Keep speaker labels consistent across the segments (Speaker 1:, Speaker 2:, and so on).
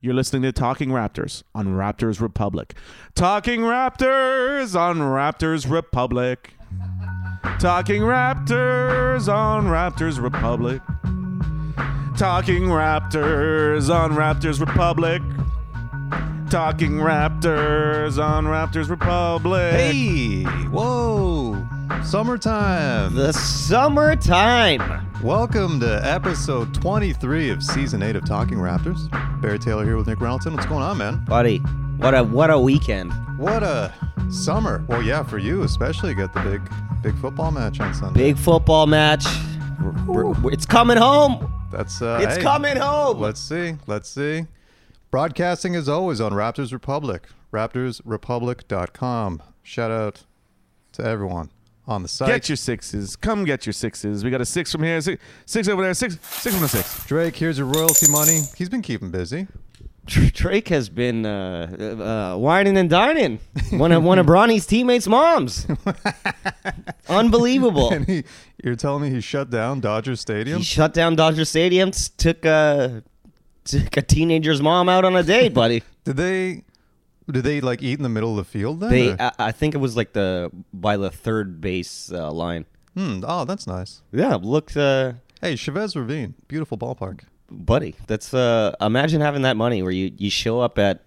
Speaker 1: You're listening to Talking Raptors on Raptors Republic. Talking Raptors on Raptors Republic. Talking Raptors on Raptors Republic. Talking Raptors on Raptors Republic. Talking Raptors on Raptors Republic.
Speaker 2: Hey, whoa, summertime.
Speaker 3: The summertime.
Speaker 2: Welcome to episode 23 of season 8 of Talking Raptors. Barry Taylor here with Nick Ralston. What's going on, man?
Speaker 3: Buddy, what a what a weekend.
Speaker 2: What a summer. Well, yeah, for you especially. You got the big, big football match on Sunday.
Speaker 3: Big football match. We're- we're- it's coming home.
Speaker 2: That's uh,
Speaker 3: It's
Speaker 2: hey,
Speaker 3: coming home.
Speaker 2: Let's see. Let's see. Broadcasting as always on Raptors Republic, RaptorsRepublic.com. Shout out to everyone on the site.
Speaker 1: Get your sixes. Come get your sixes. We got a six from here, six, six over there, six, six from the six.
Speaker 2: Drake, here's your royalty money. He's been keeping busy.
Speaker 3: Dr- Drake has been uh, uh, whining and dining. One of one of Bronny's teammates' moms. Unbelievable.
Speaker 2: And he, you're telling me he shut down Dodger Stadium?
Speaker 3: He shut down Dodger Stadium. s- Took a took a teenager's mom out on a date, buddy.
Speaker 2: did they? Did they like eat in the middle of the field then?
Speaker 3: They, uh,
Speaker 2: or-
Speaker 3: I, I think it was like the by the third base uh, line.
Speaker 2: hmm, oh, that's nice.
Speaker 3: Yeah, looked, uh,
Speaker 2: Hey, Chavez Ravine, beautiful ballpark.
Speaker 3: buddy. That's uh, imagine having that money where you you show up at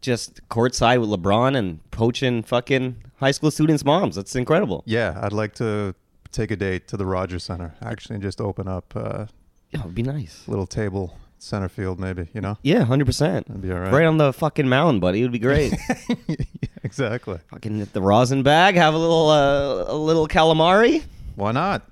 Speaker 3: just courtside with LeBron and poaching fucking high school students' moms. That's incredible.
Speaker 2: Yeah, I'd like to take a date to the Rogers Center actually, and just open up a
Speaker 3: Yeah, it'd be nice.
Speaker 2: little table center field, maybe. You know?
Speaker 3: Yeah, hundred percent.
Speaker 2: That'd be all right.
Speaker 3: Right on the fucking mound, buddy. It would be great.
Speaker 2: Yeah, exactly.
Speaker 3: fucking hit the rosin bag. Have a little uh, a little calamari.
Speaker 2: Why not?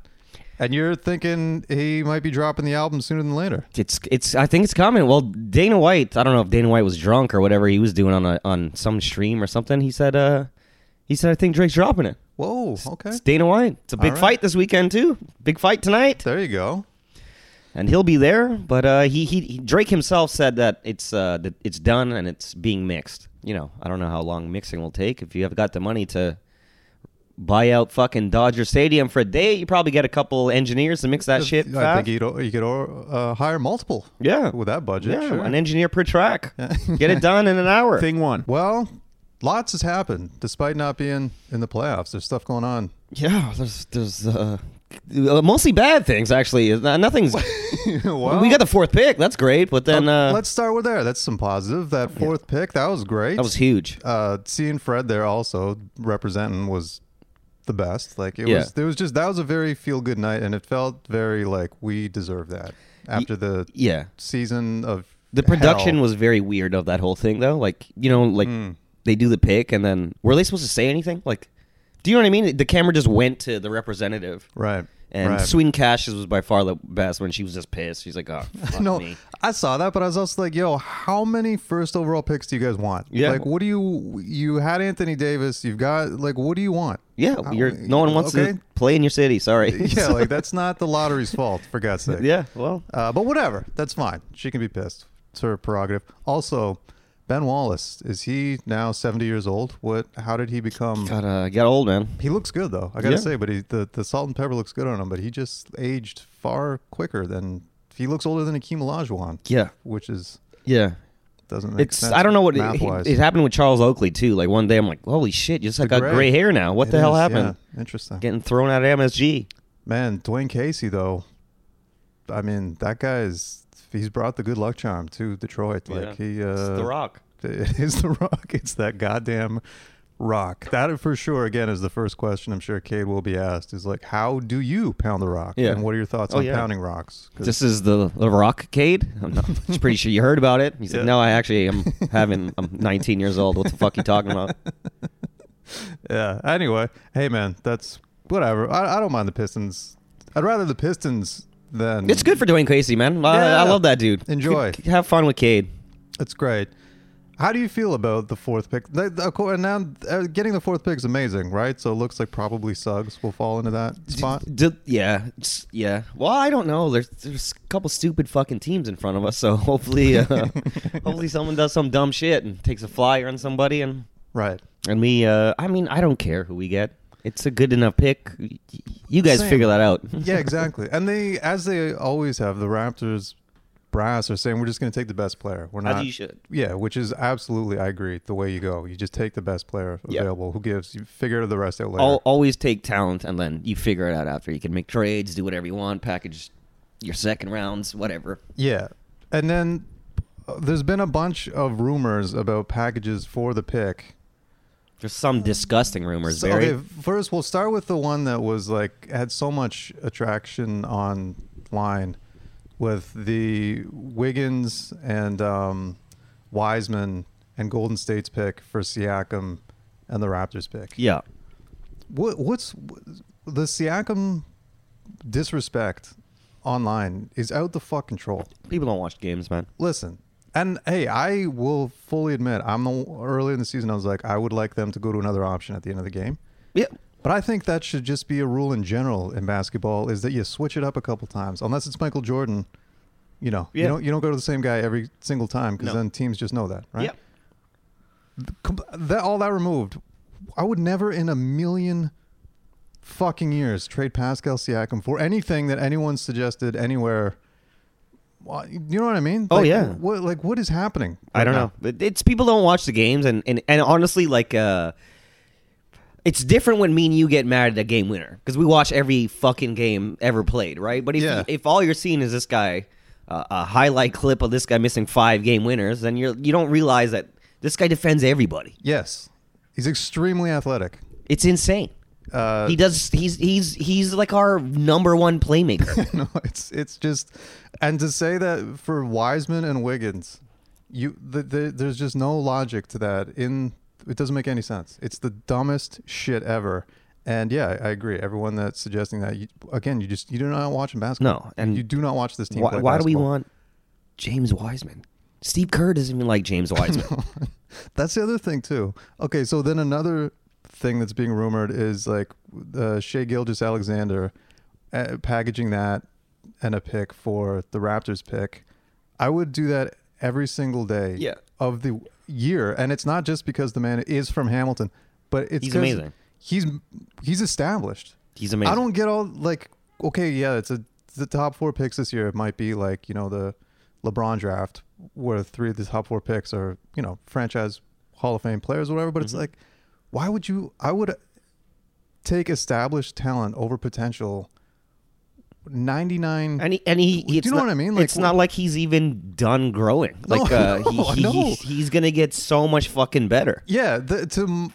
Speaker 2: And you're thinking he might be dropping the album sooner than later.
Speaker 3: It's it's I think it's coming. Well, Dana White, I don't know if Dana White was drunk or whatever he was doing on a on some stream or something. He said uh he said I think Drake's dropping it.
Speaker 2: Whoa. Okay.
Speaker 3: It's Dana White. It's a big
Speaker 2: All right.
Speaker 3: fight this weekend too. Big fight tonight.
Speaker 2: There you go.
Speaker 3: And he'll be there, but uh he, he he- Drake himself said that it's uh that it's done and it's being mixed. You know, I don't know how long mixing will take. If you have got the money to buy out fucking Dodger Stadium for a day, you probably get a couple engineers to mix that shit.
Speaker 2: I
Speaker 3: fast.
Speaker 2: think you'd, o- you could o- uh, hire multiple.
Speaker 3: yeah.
Speaker 2: With that budget.
Speaker 3: Yeah,
Speaker 2: sure.
Speaker 3: an engineer per track. Get it done in an hour.
Speaker 1: Thing one.
Speaker 2: Well, lots has happened despite not being in the playoffs. There's stuff going on.
Speaker 3: Yeah, there's there's uh, uh, mostly bad things actually. Uh, Nothing's.
Speaker 2: well, Um,
Speaker 3: we got the fourth pick. That's great, but then uh,
Speaker 2: let's start with there. That's some positive. That fourth pick, that was great.
Speaker 3: that was huge.
Speaker 2: uh, seeing Fred there also representing was the best. Like it
Speaker 3: Yeah.
Speaker 2: was, it was just that was a very feel good night, and it felt very like we deserve that after the
Speaker 3: Yeah,
Speaker 2: season of
Speaker 3: the production
Speaker 2: hell. Hmm.
Speaker 3: was very weird of that whole thing though. Like you know, like they do the pick and then were they supposed to say anything? Like, do you know what I mean? The camera just went to the representative.
Speaker 2: right.
Speaker 3: And
Speaker 2: right.
Speaker 3: Sweden Cash was by far the best when she was just pissed. She's like, "Oh, fuck
Speaker 2: no,
Speaker 3: me."
Speaker 2: I saw that, but I was also like, "Yo, how many first overall picks do you guys want?
Speaker 3: Yeah.
Speaker 2: like, what do you you had Anthony Davis? You've got like, what do you want?
Speaker 3: Yeah,
Speaker 2: Uh,
Speaker 3: you're no one wants
Speaker 2: okay.
Speaker 3: to play in your city. Sorry.
Speaker 2: Yeah, like that's not the lottery's fault, for God's sake.
Speaker 3: yeah. Well,
Speaker 2: Uh, but whatever, that's fine. She can be pissed. It's her prerogative. Also, Ben Wallace is he now seventy years old? What? How did he become?
Speaker 3: got uh, got old man.
Speaker 2: He looks good though. I gotta
Speaker 3: Yeah.
Speaker 2: say, but he, the the salt and pepper looks good on him. But he just aged far quicker than he looks older than Akeem Olajuwon.
Speaker 3: Yeah.
Speaker 2: which is
Speaker 3: Yeah.
Speaker 2: doesn't make
Speaker 3: It's
Speaker 2: sense.
Speaker 3: I don't know what it,
Speaker 2: math-wise.
Speaker 3: it- it happened with Charles Oakley too. Like one day I'm like, holy shit, you just like
Speaker 2: The
Speaker 3: got
Speaker 2: gray.
Speaker 3: gray. hair now. What the
Speaker 2: It
Speaker 3: hell
Speaker 2: is,
Speaker 3: happened?
Speaker 2: yeah. Interesting.
Speaker 3: Getting thrown out of MSG.
Speaker 2: Man, Dwayne Casey though. I mean, that guy is he's brought the good luck charm to Detroit. Like he uh
Speaker 3: It's the Rock.
Speaker 2: It is the rock. It's that goddamn rock. That for sure again is the first question I'm sure Cade will be asked is like how do you pound the rock?
Speaker 3: Yeah.
Speaker 2: And what are your thoughts
Speaker 3: Oh,
Speaker 2: on
Speaker 3: yeah.
Speaker 2: pounding rocks? 'Cause-
Speaker 3: This is the the Rock Cade. I'm not, I'm pretty sure you heard about it. He's
Speaker 2: Yeah.
Speaker 3: like, no, I actually am having. I'm 19 years old. What the fuck you talking about?
Speaker 2: Mm. yeah. Anyway, hey man, that's whatever. I, I don't mind the Pistons. I'd rather the Pistons than
Speaker 3: It's good for Dwayne Casey, man. I,
Speaker 2: Yeah.
Speaker 3: I love that dude.
Speaker 2: Enjoy.
Speaker 3: C- have fun with Cade.
Speaker 2: That's great. How do you feel about the fourth pick? The, the, of cour- and now uh, getting the fourth pick is amazing, right? So it looks like probably Suggs will fall into that spot.
Speaker 3: D- yeah, it's- yeah. Well, I don't know. There's there's a couple stupid fucking teams in front of us, so hopefully, uh, hopefully someone does some dumb shit and takes a flyer on somebody, and
Speaker 2: Right.
Speaker 3: and we. Uh, I mean, I don't care who we get. It's a good enough pick. Y- You guys
Speaker 2: Same.
Speaker 3: figure that out.
Speaker 2: Yeah, exactly. and they, as they always have, the Raptors brass are saying we're just going to take the best player. We're not.
Speaker 3: As you should.
Speaker 2: Yeah, which is absolutely, I agree. The way you go, you just take the best player
Speaker 3: Yeah.
Speaker 2: available. Who gives? You figure the rest out later.
Speaker 3: Al always take talent and then you figure it out after. You can make trades, do whatever you want, package your second rounds, whatever.
Speaker 2: Yeah, and then uh, there's been a bunch of rumors about packages for the pick.
Speaker 3: There's some disgusting rumors,
Speaker 2: So,
Speaker 3: Barry.
Speaker 2: okay, first we'll start with the one that was like had so much attraction online with the Wiggins and um, Wiseman and Golden State's pick for Siakam and the Raptors pick.
Speaker 3: Yeah.
Speaker 2: What what's the Siakam disrespect online is out the fuck control.
Speaker 3: People don't watch games, man.
Speaker 2: Listen, and hey, I will fully admit I'm the early in the season I was like I would like them to go to another option at the end of the game.
Speaker 3: Yeah.
Speaker 2: But I think that should just be a rule in general in basketball is that you switch it up a couple times. Unless it's Michael Jordan, you know, you
Speaker 3: Yeah.
Speaker 2: don't you don't go to the same guy every single time because
Speaker 3: No.
Speaker 2: then teams just know that, right?
Speaker 3: Yeah.
Speaker 2: Com- That all that removed, I would never in a million fucking years trade Pascal Siakam for anything that anyone suggested anywhere. Why- You know what I mean?
Speaker 3: Oh,
Speaker 2: Like,
Speaker 3: yeah.
Speaker 2: What like what is happening?
Speaker 3: I don't
Speaker 2: right
Speaker 3: know. But It's people don't watch the games, and and, and honestly, like uh, it's different when me and you get mad at a game winner because we watch every fucking game ever played, right? But if
Speaker 2: Yeah.
Speaker 3: if all you're seeing is this guy, uh, a highlight clip of this guy missing five game winners, then you're you don't realize that this guy defends everybody.
Speaker 2: Yes, he's extremely athletic.
Speaker 3: It's insane.
Speaker 2: Uh,
Speaker 3: he does. He's he's he's like our number one playmaker.
Speaker 2: no, it's it's just, and to say that for Wiseman and Wiggins, you the, the, there's just no logic to that. In it doesn't make any sense. It's the dumbest shit ever. And yeah, I agree. Everyone that's suggesting that, you, again, you just you do not watch basketball.
Speaker 3: No, and
Speaker 2: you do not watch this team.
Speaker 3: why
Speaker 2: play
Speaker 3: why do we
Speaker 2: basketball.
Speaker 3: want James Wiseman? Steve Kerr doesn't even like James Wiseman.
Speaker 2: That's the other thing too. Okay, so then another thing that's being rumored is like uh, Shea Gilgis Alexander uh, packaging that and a pick for the Raptors pick. I would do that every single day
Speaker 3: Yeah.
Speaker 2: of the year, and it's not just because the man is from Hamilton, but it's
Speaker 3: He's
Speaker 2: 'cause
Speaker 3: amazing.
Speaker 2: He's he's established.
Speaker 3: He's amazing.
Speaker 2: I don't get all like okay, yeah, it's a the top four picks this year. It might be like you know the LeBron draft where three of the top four picks are you know franchise Hall of Fame players or whatever. But it's like, why would you? I would take established talent over potential. Ninety nine.
Speaker 3: And he, and he,
Speaker 2: Do you
Speaker 3: it's
Speaker 2: know
Speaker 3: not,
Speaker 2: what I mean? Like,
Speaker 3: it's not like he's even done growing. Like uh, he,
Speaker 2: no,
Speaker 3: he,
Speaker 2: no.
Speaker 3: He's, he's gonna get so much fucking better.
Speaker 2: Yeah, the, to m-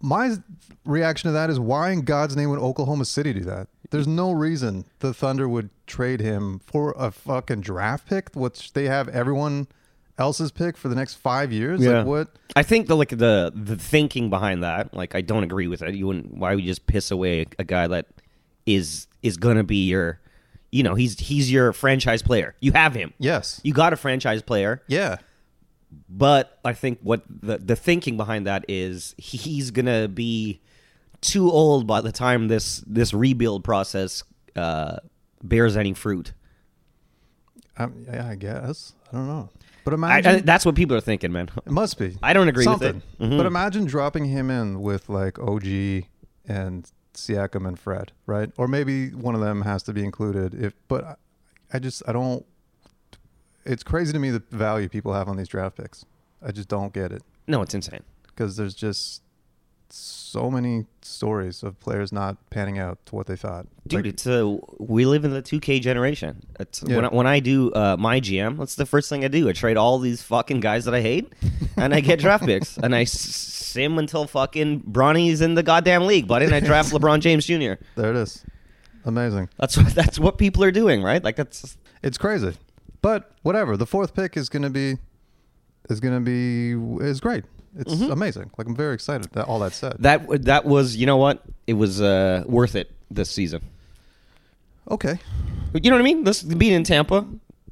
Speaker 2: my reaction to that is why in God's name would Oklahoma City do that? There's no reason the Thunder would trade him for a fucking draft pick, which they have everyone else's pick for the next five years.
Speaker 3: Yeah.
Speaker 2: Like what?
Speaker 3: I think the like the the thinking behind that, like I don't agree with it. You wouldn't. Why would you just piss away a, a guy that is is gonna be your, you know, he's he's your franchise player. You have him.
Speaker 2: Yes.
Speaker 3: You got a franchise player,
Speaker 2: Yeah.
Speaker 3: but I think what the the thinking behind that is he's gonna be too old by the time this this rebuild process uh, bears any fruit.
Speaker 2: I, Um, yeah, I guess. I don't know. But
Speaker 3: I,
Speaker 2: imagine
Speaker 3: I, that's what people are thinking, man.
Speaker 2: it must be.
Speaker 3: I don't agree with
Speaker 2: Something.
Speaker 3: it. Mhm.
Speaker 2: But imagine dropping him in with like OG and Siakam and Fred, right? Or maybe one of them has to be included. If but I, I just I don't. It's crazy to me the value people have on these draft picks. I just don't get it
Speaker 3: No, it's insane.
Speaker 2: because there's just so many stories of players not panning out to what they thought.
Speaker 3: Dude,
Speaker 2: Like,
Speaker 3: it's a we live in the 2K generation. It's
Speaker 2: Yeah.
Speaker 3: when I, when I do uh, my GM, that's the first thing I do. I trade all these fucking guys that I hate, and I get draft picks, and I s- sim until fucking Bronny's in the goddamn league. But then I draft LeBron James Jr.
Speaker 2: there it is. Amazing.
Speaker 3: That's what that's what people are doing, right? Like that's
Speaker 2: It's crazy. But whatever. The fourth pick is gonna be is gonna be is great. It's amazing. Like I'm very excited. That all that said.
Speaker 3: Mm-hmm. that that was you know what it was uh, worth it this season.
Speaker 2: okay.
Speaker 3: You know what I mean? This being in Tampa,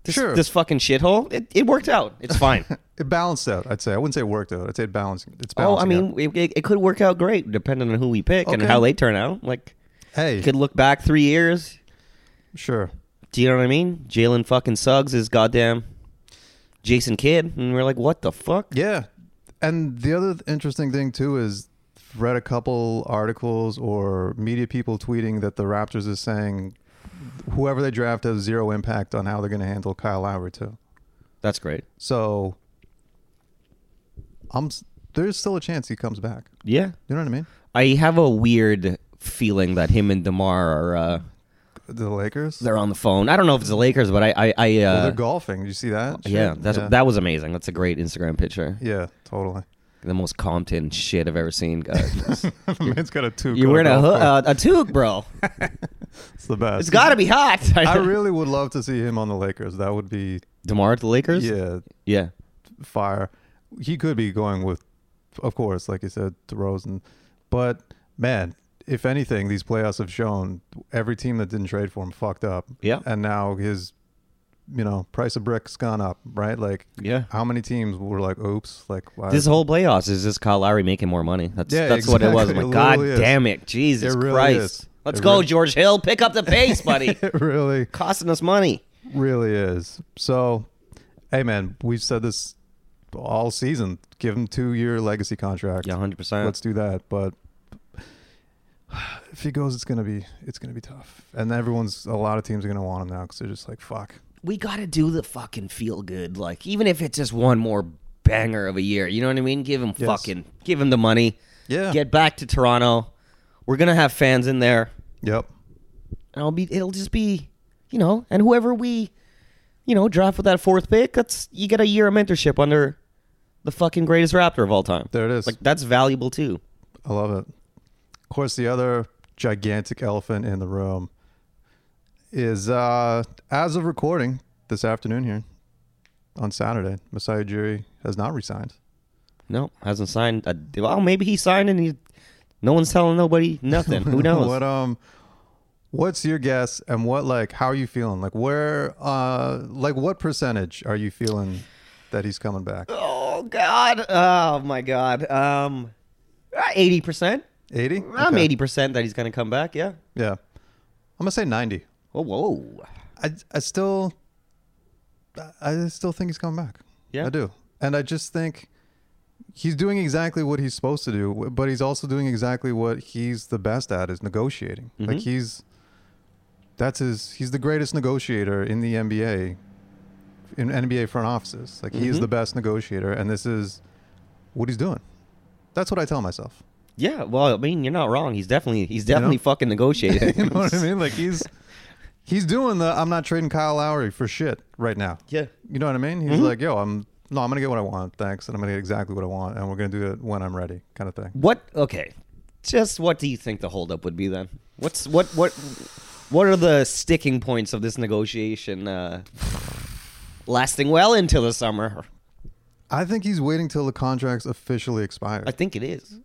Speaker 3: this,
Speaker 2: Sure.
Speaker 3: this fucking shithole, it, it worked out. It's fine.
Speaker 2: It balanced out. I'd say. I wouldn't say it worked out. I'd say it balanced. It's
Speaker 3: Oh, I
Speaker 2: balancing
Speaker 3: mean, it, it, it could work out great depending on who we pick and
Speaker 2: Okay. Eh.
Speaker 3: how they turn out. Like,
Speaker 2: out. hey,
Speaker 3: you could look back three years.
Speaker 2: sure.
Speaker 3: Do you know what I mean? Jalen fucking Suggs is goddamn Jason Kidd, and we're like, what the fuck?
Speaker 2: Yeah. And the other interesting thing too is read a couple articles or media people tweeting that the Raptors is saying whoever they draft has zero impact on how they're going to handle Kyle Lowry too.
Speaker 3: That's great.
Speaker 2: So I'm s- there's still a chance he comes back.
Speaker 3: Yeah.
Speaker 2: You know what I mean?
Speaker 3: I have a weird feeling that him and Demar are uh,
Speaker 2: The Lakers.
Speaker 3: they're on the phone. I don't know if it's the Lakers, but I I, I
Speaker 2: Well,
Speaker 3: uh,
Speaker 2: they're golfing. Did you see that? shit?
Speaker 3: yeah, that's
Speaker 2: yeah.
Speaker 3: that was amazing. That's a great Instagram picture.
Speaker 2: Yeah, totally.
Speaker 3: The most Compton shit I've ever seen. guys.
Speaker 2: Man's got a two.
Speaker 3: You're wearing a hoo- uh, a toque, bro.
Speaker 2: It's the best.
Speaker 3: It's got to be hot.
Speaker 2: I really would love to see him on the Lakers. That would be
Speaker 3: Demar at the Lakers.
Speaker 2: yeah,
Speaker 3: yeah.
Speaker 2: fire. He could be going with, of course, like you said, DeRozan. But man, if anything, these playoffs have shown every team that didn't trade for him fucked up.
Speaker 3: Yeah.
Speaker 2: and now his, you know, price of bricks gone up. Right, like
Speaker 3: Yeah.
Speaker 2: how many teams were like, oops, like why?
Speaker 3: This whole playoffs is just Kyle Lowry making more money. That's
Speaker 2: Yeah,
Speaker 3: that's what it was. I'm
Speaker 2: exactly.
Speaker 3: like,
Speaker 2: It
Speaker 3: God
Speaker 2: literally is.
Speaker 3: damn it, Jesus
Speaker 2: It really
Speaker 3: Christ!
Speaker 2: is.
Speaker 3: Let's
Speaker 2: It
Speaker 3: go,
Speaker 2: really-
Speaker 3: George Hill. Pick up the pace, buddy.
Speaker 2: it really,
Speaker 3: Costing us money.
Speaker 2: really is. So, hey man, we've said this all season. Give him two year legacy contract.
Speaker 3: Yeah, hundred
Speaker 2: let's
Speaker 3: percent.
Speaker 2: do that. But if he goes, it's gonna be it's gonna be tough, and everyone's a lot of teams are gonna want him now because they're just like fuck.
Speaker 3: We gotta do the fucking feel good. Like even if it's just one more banger of a year, you know what I mean? Give him
Speaker 2: Yes.
Speaker 3: fucking give him the money.
Speaker 2: Yeah.
Speaker 3: Get back to Toronto. We're gonna have fans in there.
Speaker 2: Yep.
Speaker 3: and I'll be it'll just be you know and whoever we you know draft with that fourth pick that's you get a year of mentorship under the fucking greatest raptor of all time
Speaker 2: There it is.
Speaker 3: like that's valuable too
Speaker 2: I love it. Of course, the other gigantic elephant in the room is uh as of recording this afternoon here on Saturday, Masai Ujiri has not resigned.
Speaker 3: no hasn't signed a, well maybe he signed and he no one's telling nobody nothing who knows
Speaker 2: what um what's your guess and what like how are you feeling? Like where uh like what percentage are you feeling that he's coming back?
Speaker 3: oh god oh my god um 80%
Speaker 2: 80?
Speaker 3: i'm
Speaker 2: Okay.
Speaker 3: 80% that he's gonna come back yeah
Speaker 2: Yeah. I'm going to say 90.
Speaker 3: oh whoa
Speaker 2: I I still I I still think he's coming back.
Speaker 3: Yeah?
Speaker 2: I do. And I just think he's doing exactly what he's supposed to do, but he's also doing exactly what he's the best at is negotiating. Like he's that's his he's the greatest negotiator in the NBA in NBA front offices. Like he is the best negotiator and this is what he's doing. That's what I tell myself.
Speaker 3: yeah well i mean you're not wrong he's definitely he's definitely fucking negotiating
Speaker 2: You know what I mean? Like he's he's doing the I'm not trading Kyle Lowry for shit right now.
Speaker 3: yeah
Speaker 2: You know what I mean? He's
Speaker 3: Mm-hmm.
Speaker 2: like, yo, I'm no, I'm gonna get what I want, thanks, and I'm gonna get exactly what I want, and we're gonna do it when I'm ready, kind of thing.
Speaker 3: What? Okay, just what do you think the holdup would be then? What's what what what are the sticking points of this negotiation uh, lasting well into the summer?
Speaker 2: I think he's waiting till the contract's officially expired.
Speaker 3: I think it is.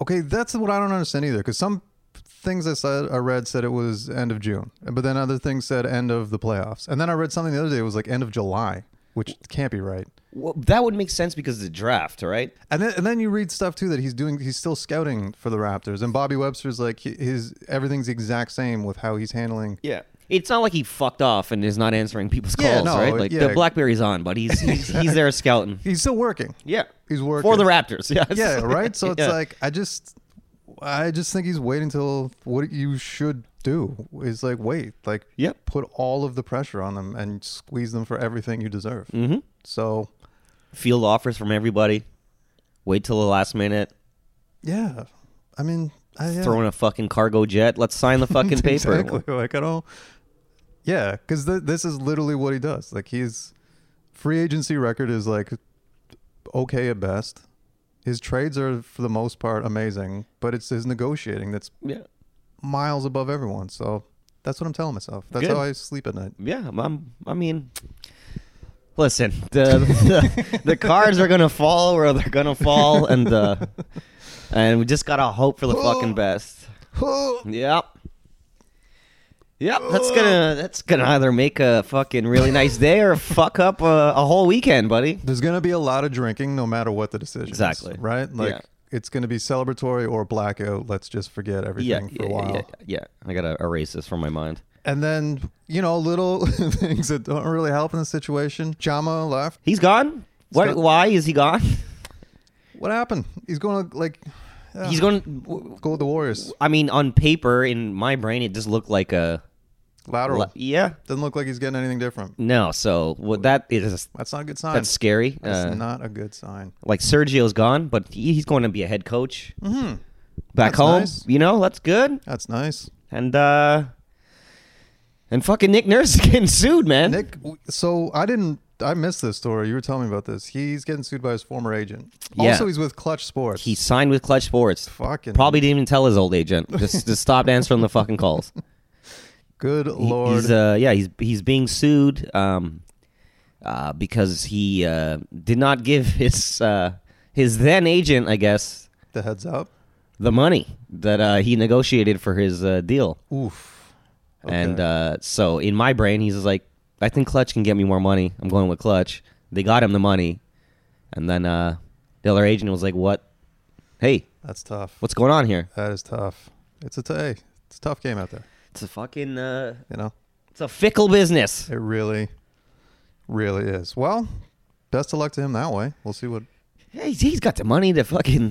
Speaker 2: okay, that's what I don't understand either, because some things I said I read said it was end of June, but then other things said end of the playoffs, and then I read something the other day it was like end of July, which can't be right.
Speaker 3: Well, that would make sense because of the draft, right?
Speaker 2: And then, and then you read stuff too that he's doing. He's still scouting for the Raptors, and Bobby Webster's like hi- his everything's the exact same with how he's handling
Speaker 3: Yeah. It's not like he fucked off and is not answering people's calls,
Speaker 2: Yeah, no,
Speaker 3: right? Like
Speaker 2: yeah.
Speaker 3: the BlackBerry's on, but he's he's, he's there scouting.
Speaker 2: He's still working.
Speaker 3: Yeah,
Speaker 2: He's working
Speaker 3: for the Raptors. Yes.
Speaker 2: Yeah, right. So it's
Speaker 3: Yeah.
Speaker 2: like I just, I just think he's waiting till what you should do is like wait, like
Speaker 3: Yep.
Speaker 2: put all of the pressure on them and squeeze them for everything you deserve.
Speaker 3: Mhm.
Speaker 2: So
Speaker 3: field offers from everybody. Wait till the last minute.
Speaker 2: yeah, I mean, I, yeah.
Speaker 3: Throw in a fucking cargo jet. Let's sign the fucking paper.
Speaker 2: exactly. Like I don't. Yeah, because th- this is literally what he does. Like he's free agency record is like okay at best. His trades are for the most part amazing, but it's his negotiating that's
Speaker 3: Yeah.
Speaker 2: miles above everyone. So that's what I'm telling myself. That's
Speaker 3: Good.
Speaker 2: how I sleep at night.
Speaker 3: yeah, I'm, I'm- i mean, listen, the, the the cards are gonna fall where they're gonna fall, and uh, and we just gotta hope for the
Speaker 2: Oh.
Speaker 3: fucking best. Yep. Yep, that's gonna that's gonna either make a fucking really nice day or fuck up a, a whole weekend, buddy.
Speaker 2: There's going to be a lot of drinking no matter what the decision. is,
Speaker 3: Exactly.
Speaker 2: right? Like
Speaker 3: Yeah.
Speaker 2: it's going to be celebratory or blackout. Let's just forget
Speaker 3: Yeah,
Speaker 2: everything for
Speaker 3: yeah,
Speaker 2: a while.
Speaker 3: yeah, yeah. I gotta erase this from my mind.
Speaker 2: And then, you know, little things that don't really help in the situation. Jama left.
Speaker 3: He's gone. What?
Speaker 2: gone.
Speaker 3: Why is he gone?
Speaker 2: What happened? He's going to like yeah,
Speaker 3: He's going.
Speaker 2: go with the Warriors.
Speaker 3: I mean, on paper, in my brain, it just looked like a
Speaker 2: Lateral.
Speaker 3: La- yeah.
Speaker 2: Doesn't look like he's getting anything different.
Speaker 3: No. So what that is
Speaker 2: That's not a good sign.
Speaker 3: that's scary.
Speaker 2: That's
Speaker 3: Uh,
Speaker 2: not a good sign.
Speaker 3: like Sergio's gone, but he, he's going to be a head coach
Speaker 2: hmm
Speaker 3: back
Speaker 2: That's
Speaker 3: home.
Speaker 2: nice.
Speaker 3: You know, that's good.
Speaker 2: That's nice.
Speaker 3: And uh and fucking Nick Nurse is getting sued, man.
Speaker 2: Nick, w- so I didn't. I missed this story. You were telling me about this. He's getting sued by his former agent.
Speaker 3: Yeah.
Speaker 2: Also, he's with Clutch Sports.
Speaker 3: he signed with Clutch Sports.
Speaker 2: fucking
Speaker 3: Probably didn't even tell his old agent. Just just stopped answering the fucking calls.
Speaker 2: good
Speaker 3: He-
Speaker 2: lord.
Speaker 3: He's uh yeah, he's he's being sued um uh because he uh did not give his uh his then agent, I guess,
Speaker 2: the heads up.
Speaker 3: the money that uh he negotiated for his uh deal.
Speaker 2: Oof.
Speaker 3: And
Speaker 2: Okay.
Speaker 3: uh, so in my brain, he's just like, I think Clutch can get me more money. I'm going with Clutch. They got him the money. And then uh, the other agent was like, What? Hey,
Speaker 2: that's tough.
Speaker 3: what's going on here?
Speaker 2: That is tough. It's a t- hey, it's a tough game out there.
Speaker 3: It's a fucking, uh,
Speaker 2: You know,
Speaker 3: it's a fickle business.
Speaker 2: it really, really is. Well, best of luck to him that way. We'll see what
Speaker 3: Hey, he's got the money to fucking,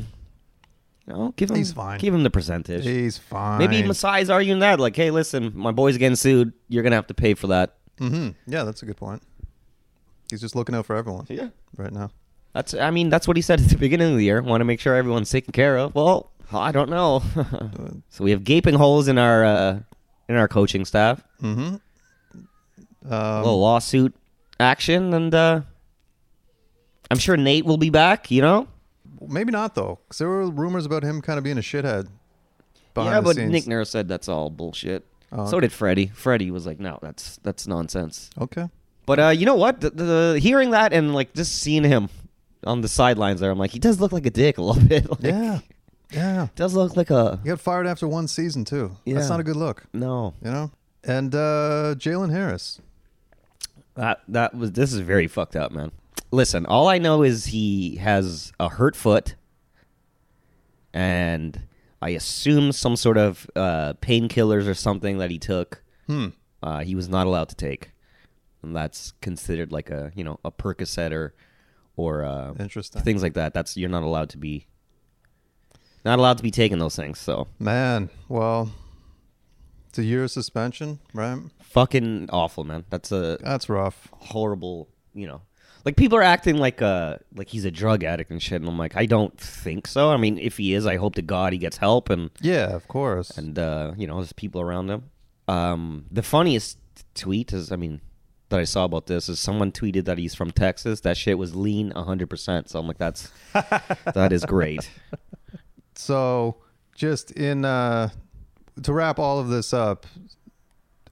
Speaker 3: you know, give him,
Speaker 2: He's fine.
Speaker 3: Give him the percentage.
Speaker 2: he's fine.
Speaker 3: Maybe Masai's arguing that, like, hey, listen, my boy's getting sued. You're going to have to pay for that.
Speaker 2: hmm Yeah, that's a good point. He's just looking out for everyone
Speaker 3: Yeah.
Speaker 2: right now.
Speaker 3: That's, I mean, that's what he said at the beginning of the year. Want to make sure everyone's taken care of. Well, I don't know. so we have gaping holes in our uh, in our coaching staff.
Speaker 2: Mm-hmm.
Speaker 3: A
Speaker 2: Um,
Speaker 3: little lawsuit action, and uh, I'm sure Nate will be back. You know.
Speaker 2: Maybe not though, because there were rumors about him kind of being a shithead. Behind
Speaker 3: yeah,
Speaker 2: the
Speaker 3: but
Speaker 2: scenes.
Speaker 3: Nick Nurse said that's all bullshit.
Speaker 2: Oh,
Speaker 3: So did Freddie. Freddie was like, "No, that's that's nonsense."
Speaker 2: Okay.
Speaker 3: But uh, you know what? The, the, hearing that and like just seeing him on the sidelines there, I'm like, he does look like a dick a little bit. Like,
Speaker 2: Yeah. Yeah.
Speaker 3: does look like a
Speaker 2: He got fired after one season too.
Speaker 3: Yeah.
Speaker 2: That's not a good look,
Speaker 3: no.
Speaker 2: you know. And uh, Jalen Harris.
Speaker 3: That that was this is very fucked up, man. Listen, all I know is he has a hurt foot, and I assume some sort of uh, painkillers or something that he took.
Speaker 2: Hmm.
Speaker 3: Uh, he was not allowed to take, and that's considered like a you know a Percocet or or uh,
Speaker 2: Interesting.
Speaker 3: things like that. That's you're not allowed to be not allowed to be taking those things. So
Speaker 2: Man, well, it's a year of suspension, right?
Speaker 3: fucking awful, man. That's a
Speaker 2: That's rough.
Speaker 3: horrible, you know. Like people are acting like uh like he's a drug addict and shit and I'm like I don't think so. I mean, if he is, I hope to god he gets help and
Speaker 2: Yeah, of course.
Speaker 3: and uh, you know, there's people around him. Um the funniest tweet is I mean that I saw about this is someone tweeted that he's from Texas. That shit was lean 100%. So I'm like that's that is great.
Speaker 2: so, just in uh, to wrap all of this up,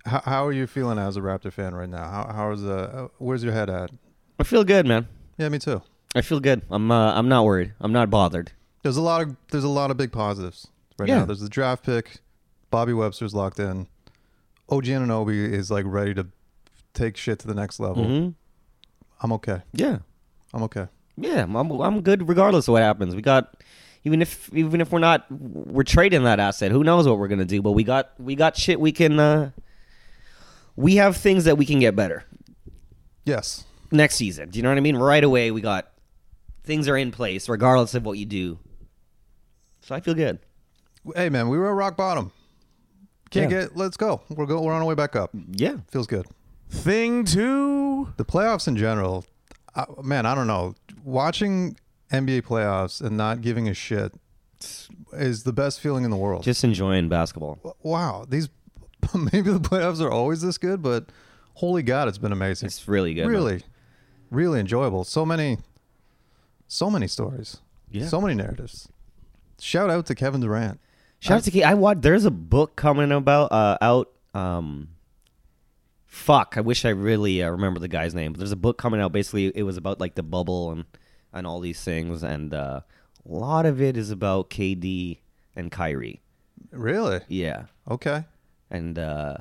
Speaker 2: how, how are you feeling as a Raptor fan right now? How how is uh where's your head at?
Speaker 3: I feel good, man.
Speaker 2: Yeah, me too.
Speaker 3: I feel good. I'm uh, I'm not worried. I'm not bothered.
Speaker 2: There's a lot of there's a lot of big positives right
Speaker 3: Yeah.
Speaker 2: now. There's the draft pick. Bobby Webster's locked in. OG Ananobi is like ready to take shit to the next level.
Speaker 3: Mhm.
Speaker 2: I'm okay.
Speaker 3: Yeah.
Speaker 2: I'm okay.
Speaker 3: Yeah, I'm, I'm good regardless of what happens. We got even if even if we're not we're trading that asset. Who knows what we're gonna do? But we got we got shit we can. Uh, we have things that we can get better
Speaker 2: Yes.
Speaker 3: next season. Do you know what I mean? Right away, we got things are in place regardless of what you do. So I feel good.
Speaker 2: Hey man, we were at rock bottom. Can't
Speaker 3: Yeah.
Speaker 2: get. Let's go. We're go. We're on our way back up.
Speaker 3: Yeah,
Speaker 2: Feels good.
Speaker 1: Thing two.
Speaker 2: The playoffs in general, I, man. I don't know. Watching NBA playoffs and not giving a shit is the best feeling in the world.
Speaker 3: just enjoying basketball.
Speaker 2: wow. These maybe the playoffs are always this good, but holy god, it's been amazing.
Speaker 3: It's really good. man.
Speaker 2: really, really enjoyable. So many, so many stories.
Speaker 3: Yeah.
Speaker 2: So many narratives. Shout out to Kevin Durant.
Speaker 3: Shout out to Kate. I watched. There's a book coming about uh, out. Um, fuck. I wish I really uh, remember the guy's name. But there's a book coming out. Basically, it was about like the bubble and and all these things. And uh, a lot of it is about KD and Kyrie.
Speaker 2: Really?
Speaker 3: Yeah,
Speaker 2: Okay.
Speaker 3: and uh,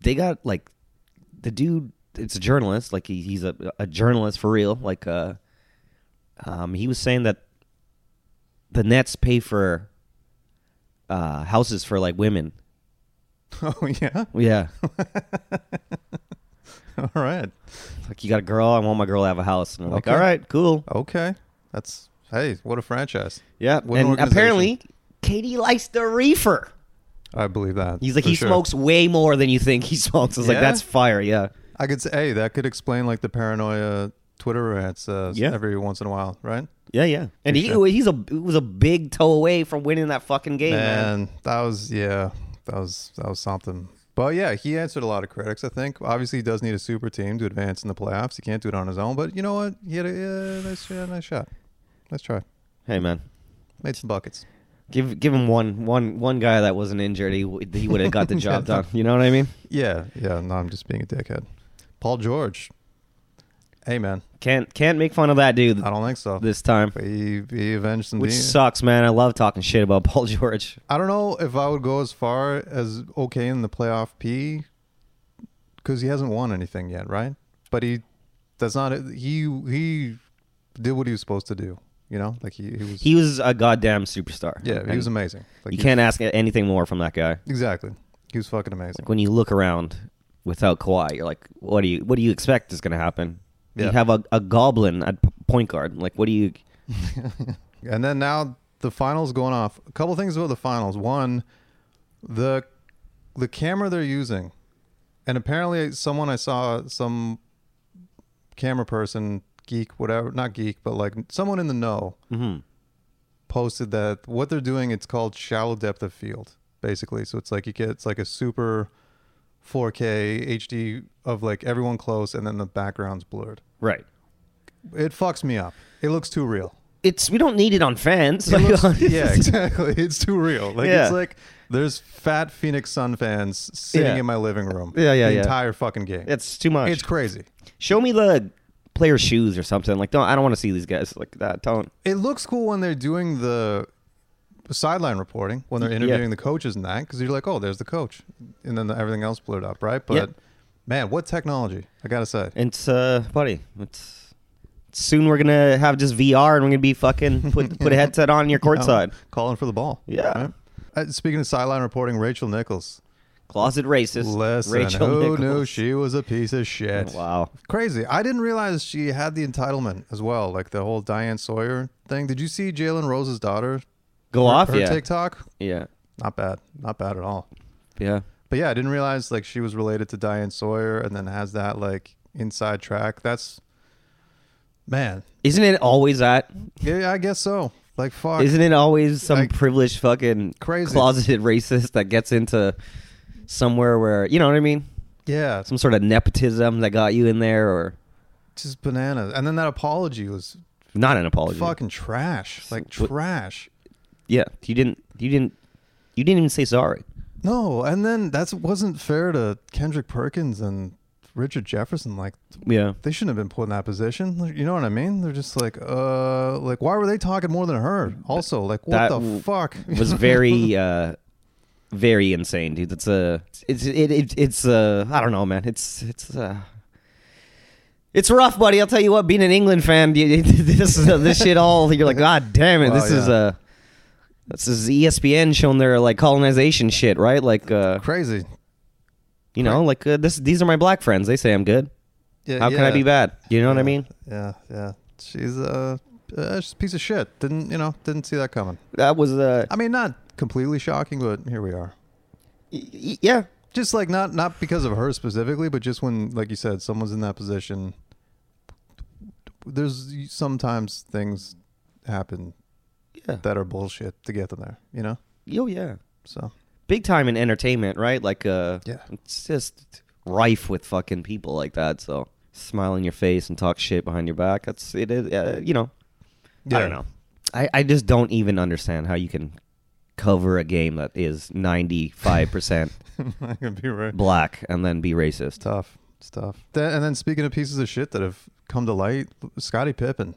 Speaker 3: they got like the dude. It's a journalist. Like he, he's a, a journalist for real. Like uh, um, he was saying that the Nets pay for uh, houses for like women.
Speaker 2: Oh yeah.
Speaker 3: Yeah,
Speaker 2: All right.
Speaker 3: like you got a girl. I want my girl to have a house. And I'm like,
Speaker 2: Okay.
Speaker 3: all right, cool.
Speaker 2: Okay. That's hey, what a franchise.
Speaker 3: Yeah,
Speaker 2: What an
Speaker 3: and
Speaker 2: organization.
Speaker 3: apparently Katie likes the reefer.
Speaker 2: I believe that.
Speaker 3: He's like
Speaker 2: for
Speaker 3: he
Speaker 2: sure.
Speaker 3: smokes way more than you think he smokes. It's like
Speaker 2: Yeah?
Speaker 3: that's fire. Yeah.
Speaker 2: I could say, hey, that could explain like the paranoia Twitter rants uh,
Speaker 3: Yeah.
Speaker 2: every once in a while, right?
Speaker 3: Yeah, yeah. And he
Speaker 2: sure.
Speaker 3: he's a he was a big toe away from winning that fucking game, man.
Speaker 2: And that was yeah, that was that was something. But yeah, he answered a lot of critics. I think obviously he does need a super team to advance in the playoffs. He can't do it on his own. But you know what? He had a yeah, nice, yeah, nice shot. Nice try.
Speaker 3: Hey man.
Speaker 2: Made some buckets.
Speaker 3: Give give him one one one guy that wasn't injured. He w- he would have got the job done. You know what I mean?
Speaker 2: Yeah, yeah. No, I'm just being a dickhead. Paul George. Hey man,
Speaker 3: Can't can't make fun of that dude
Speaker 2: I don't think so.
Speaker 3: this time,
Speaker 2: But he he avenged some.
Speaker 3: which
Speaker 2: de-
Speaker 3: sucks, man. I love talking shit about Paul George.
Speaker 2: I don't know if I would go as far as okay in the playoff P because he hasn't won anything yet, right? But he that's not he he did what he was supposed to do, you know? Like he, he was
Speaker 3: He was a goddamn superstar.
Speaker 2: yeah, he
Speaker 3: And
Speaker 2: was amazing. Like
Speaker 3: You
Speaker 2: he-
Speaker 3: can't ask anything more from that guy.
Speaker 2: exactly. He was fucking amazing.
Speaker 3: Like when you look around without Kawhi, you're like, what do you what do you expect is going to happen? You
Speaker 2: Yeah.
Speaker 3: have a, a goblin at p- point guard. Like, what do you?
Speaker 2: And then now the finals going off. A couple things about the finals. One, the the camera they're using, and apparently someone I saw some camera person geek whatever not geek but like someone in the know
Speaker 3: Mhm.
Speaker 2: posted that what they're doing it's called shallow depth of field basically so it's like you get it's like a super 4k hd of like everyone close and then the background's blurred
Speaker 3: Right.
Speaker 2: it fucks me up it looks too real
Speaker 3: It's we don't need it on fans.
Speaker 2: it looks- yeah, exactly. It's too real. Like
Speaker 3: Yeah.
Speaker 2: it's like there's fat Phoenix Sun fans sitting
Speaker 3: Yeah.
Speaker 2: in my living room.
Speaker 3: Yeah, yeah,
Speaker 2: the
Speaker 3: yeah.
Speaker 2: Entire fucking game.
Speaker 3: It's too much.
Speaker 2: it's crazy.
Speaker 3: Show me the player shoes or something. Like, don't I don't want to see these guys like that. Don't.
Speaker 2: It looks cool when they're doing the sideline reporting when they're interviewing the coaches and that because you're like, oh, there's the coach, and then everything else blurred up, right? But
Speaker 3: Yeah.
Speaker 2: man, what technology? I gotta say,
Speaker 3: It's uh, buddy. It's soon we're gonna have just VR and we're gonna be fucking put put a headset on your courtside.
Speaker 2: Um, calling for the ball.
Speaker 3: Yeah.
Speaker 2: right? Uh, speaking of sideline reporting, Rachel Nichols.
Speaker 3: Closet racist.
Speaker 2: Listen,
Speaker 3: Rachel
Speaker 2: who
Speaker 3: Nichols. Oh,
Speaker 2: knew she was a piece of shit?
Speaker 3: Wow.
Speaker 2: Crazy. I didn't realize she had the entitlement as well, like the whole Diane Sawyer thing. Did you see Jalen Rose's daughter?
Speaker 3: Go
Speaker 2: her,
Speaker 3: off.
Speaker 2: her
Speaker 3: yeah.
Speaker 2: TikTok?
Speaker 3: yeah.
Speaker 2: Not bad. Not bad at all.
Speaker 3: Yeah.
Speaker 2: But yeah, I didn't realize like she was related to Diane Sawyer and then has that like inside track. That's man.
Speaker 3: Isn't it always that?
Speaker 2: Yeah, I guess so. Like fuck.
Speaker 3: Isn't it always some
Speaker 2: Like,
Speaker 3: privileged fucking
Speaker 2: crazy.
Speaker 3: closeted racist that gets into somewhere where you know what I mean?
Speaker 2: yeah, it's
Speaker 3: Some sort of nepotism that got you in there, or
Speaker 2: just bananas. And then that apology was
Speaker 3: not an apology.
Speaker 2: fucking trash. Like
Speaker 3: What-
Speaker 2: trash.
Speaker 3: Yeah, you didn't. You didn't. You didn't even say sorry.
Speaker 2: No, and then that wasn't fair to Kendrick Perkins and Richard Jefferson. Like
Speaker 3: Yeah.
Speaker 2: they shouldn't have been put in that position. You know what I mean? They're just like, uh, like why were they talking more than her? Also, like what
Speaker 3: That
Speaker 2: the
Speaker 3: w-
Speaker 2: fuck?
Speaker 3: was very uh very insane dude that's a it's it, it it's uh i don't know man it's it's uh it's rough buddy i'll tell you what being an england fan you- this is this shit all you're like god damn it
Speaker 2: Well,
Speaker 3: this is
Speaker 2: Oh, yeah.
Speaker 3: uh this is E espn showing their like colonization shit right like uh
Speaker 2: crazy.
Speaker 3: you know like uh, this these are my black friends they say i'm good
Speaker 2: Yeah,
Speaker 3: how can i
Speaker 2: yeah.
Speaker 3: be bad you know what i
Speaker 2: Yeah,
Speaker 3: mean
Speaker 2: Yeah, yeah. She's uh, uh, she's a piece of shit. Didn't you know? Didn't see that coming.
Speaker 3: that was uh
Speaker 2: I mean, not completely shocking, but here we are.
Speaker 3: y- y- yeah
Speaker 2: Just like not not because of her specifically, but just when, like you said, someone's in that position. There's sometimes things happen
Speaker 3: yeah
Speaker 2: that are bullshit to get them there, you know.
Speaker 3: oh yeah
Speaker 2: So
Speaker 3: big time in entertainment, right? Like, uh,
Speaker 2: Yeah.
Speaker 3: it's just rife with fucking people like that. So smile in your face and talk shit behind your back. That's it is, uh, you know. I
Speaker 2: Yeah.
Speaker 3: don't know. I, I just don't even understand how you can cover a game that is ninety five percent
Speaker 2: I can be right.
Speaker 3: black and then be racist.
Speaker 2: Tough, it's tough. Th- and then speaking of pieces of shit that have come to light, Scottie Pippen.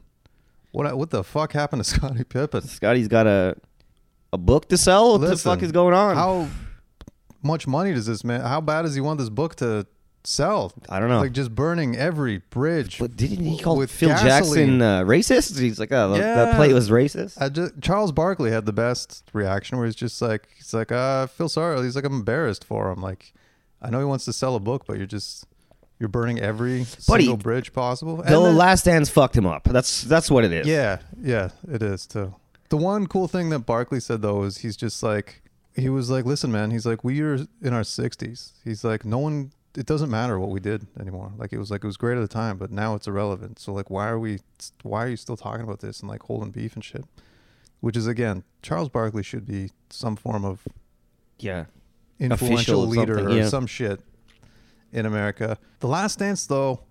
Speaker 2: What what the fuck happened to Scottie Pippen?
Speaker 3: Scotty's got a a book to sell. What the
Speaker 2: Listen,
Speaker 3: fuck is going on?
Speaker 2: How much money does this man? How bad does he want this book to sell?
Speaker 3: I don't know.
Speaker 2: Like just burning every bridge.
Speaker 3: but didn't he call
Speaker 2: with
Speaker 3: Phil
Speaker 2: gasoline.
Speaker 3: Jackson uh, racist? He's like, oh, that- that
Speaker 2: Yeah.
Speaker 3: play was racist.
Speaker 2: I just, Charles Barkley had the best reaction where he's just like, he's like, uh, I feel sorry. He's like, I'm embarrassed for him. Like, I know he wants to sell a book, but you're just, you're burning every
Speaker 3: Buddy,
Speaker 2: single bridge possible. And
Speaker 3: the
Speaker 2: then-
Speaker 3: Last Dance fucked him up. That's that's what it is.
Speaker 2: yeah, yeah, it is too. The one cool thing that Barkley said though is he's just like, he was like, "Listen, man," he's like, "We are in our sixties. He's like, "No one. It doesn't matter what we did anymore. Like it was like it was great at the time, but now it's irrelevant. So like, why are we? Why are you still talking about this and like holding beef and shit?" Which is again, Charles Barkley should be some form of
Speaker 3: Yeah.
Speaker 2: influential
Speaker 3: Official or
Speaker 2: leader
Speaker 3: something,
Speaker 2: or
Speaker 3: yeah.
Speaker 2: some shit in America. The Last Dance, though,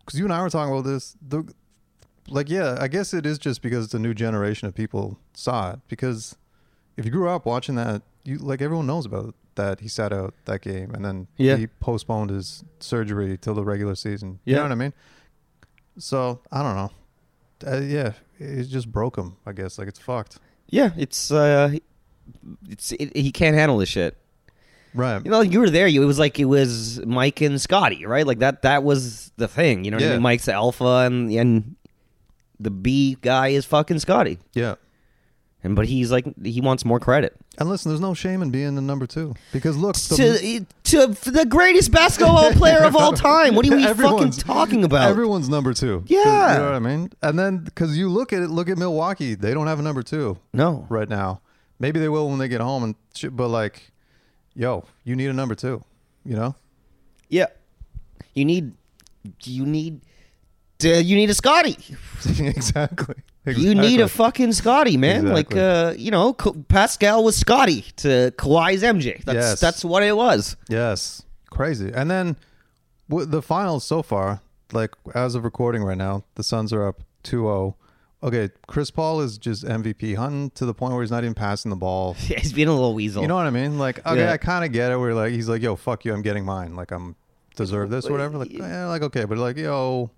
Speaker 2: because you and I were talking about this, the like, yeah, I guess it is just because it's a new generation of people saw it. Because if you grew up watching that, you like everyone knows about that he sat out that game and then
Speaker 3: Yeah.
Speaker 2: he postponed his surgery till the regular season. You
Speaker 3: Yeah.
Speaker 2: know what I mean? So I don't know. Uh, yeah, it just broke him. I guess like it's fucked.
Speaker 3: Yeah, it's uh it's it, he can't handle this shit.
Speaker 2: Right.
Speaker 3: You know, you were there. You it was like it was Mike and Scotty, right? Like that. That was the thing. You know, what I
Speaker 2: Yeah.
Speaker 3: mean? Mike's the alpha, and and the B guy is fucking Scotty.
Speaker 2: yeah.
Speaker 3: And but he's like he wants more credit
Speaker 2: And listen, there's no shame in being the number two because look, the,
Speaker 3: to to the greatest basketball player of all time. What are we fucking
Speaker 2: Everyone's-
Speaker 3: talking about?
Speaker 2: everyone's number two.
Speaker 3: Yeah.
Speaker 2: you know what I mean. And then because you look at it, look at Milwaukee. They don't have a number two
Speaker 3: no,
Speaker 2: right now. Maybe they will when they get home and shit. But like, yo, you need a number two. You know,
Speaker 3: yeah, you need you need to, you need a Scotty.
Speaker 2: exactly.
Speaker 3: You need a
Speaker 2: Exactly.
Speaker 3: fucking Scotty, man.
Speaker 2: Exactly.
Speaker 3: Like, uh, you know, Ka- Pascal was Scotty to Kawhi's MJ. That's
Speaker 2: Yes.
Speaker 3: that's what it was.
Speaker 2: Yes, crazy. And then w- the finals so far, like as of recording right now, the Suns are up 2-0. Okay, Chris Paul is just MVP hunting to the point where he's not even passing the ball.
Speaker 3: Yeah, he's being a little weasel.
Speaker 2: You know what I mean? Like, okay,
Speaker 3: Yeah.
Speaker 2: I kind of get it. Where like he's like, "Yo, fuck you, I'm getting mine. Like, I'm deserve this, or whatever." Like, yeah, like okay, but like, yo,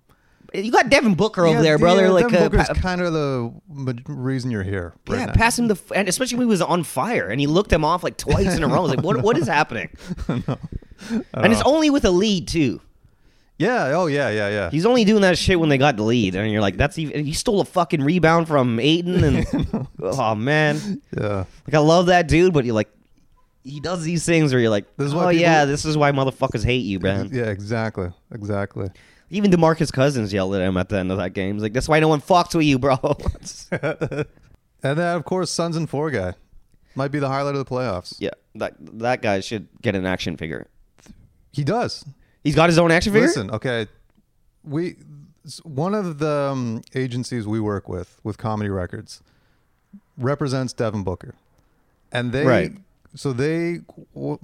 Speaker 3: you got Devin Booker over
Speaker 2: yeah,
Speaker 3: there, brother.
Speaker 2: yeah,
Speaker 3: like,
Speaker 2: Devin
Speaker 3: uh,
Speaker 2: Booker's
Speaker 3: pa-
Speaker 2: kind of the ma- reason you're here. Right
Speaker 3: yeah,
Speaker 2: now.
Speaker 3: pass him the, f- and especially when he was on fire, and he looked him off like twice in a row. I was like, what, what is happening? And it's only with a lead too.
Speaker 2: yeah. Oh yeah, yeah, yeah.
Speaker 3: He's only doing that shit when they got the lead, and you're like, that's even. He stole a fucking rebound from Aiden, and oh man,
Speaker 2: yeah.
Speaker 3: like I love that dude, but you're like. He does these things where you're like,
Speaker 2: This is why
Speaker 3: oh
Speaker 2: people-
Speaker 3: yeah, this is why motherfuckers hate you, man.
Speaker 2: Yeah, exactly, exactly.
Speaker 3: Even DeMarcus Cousins yelled at him at the end of that game. He's like, "That's why no one fucks with you, bro."
Speaker 2: And then of course, Suns and four guy might be the highlight of the playoffs.
Speaker 3: yeah, that that guy should get an action figure.
Speaker 2: He does.
Speaker 3: He's got his own action figure.
Speaker 2: Listen, okay, we s- one of the um, agencies we work with with Comedy Records represents Devin Booker, and they
Speaker 3: Right.
Speaker 2: so they w-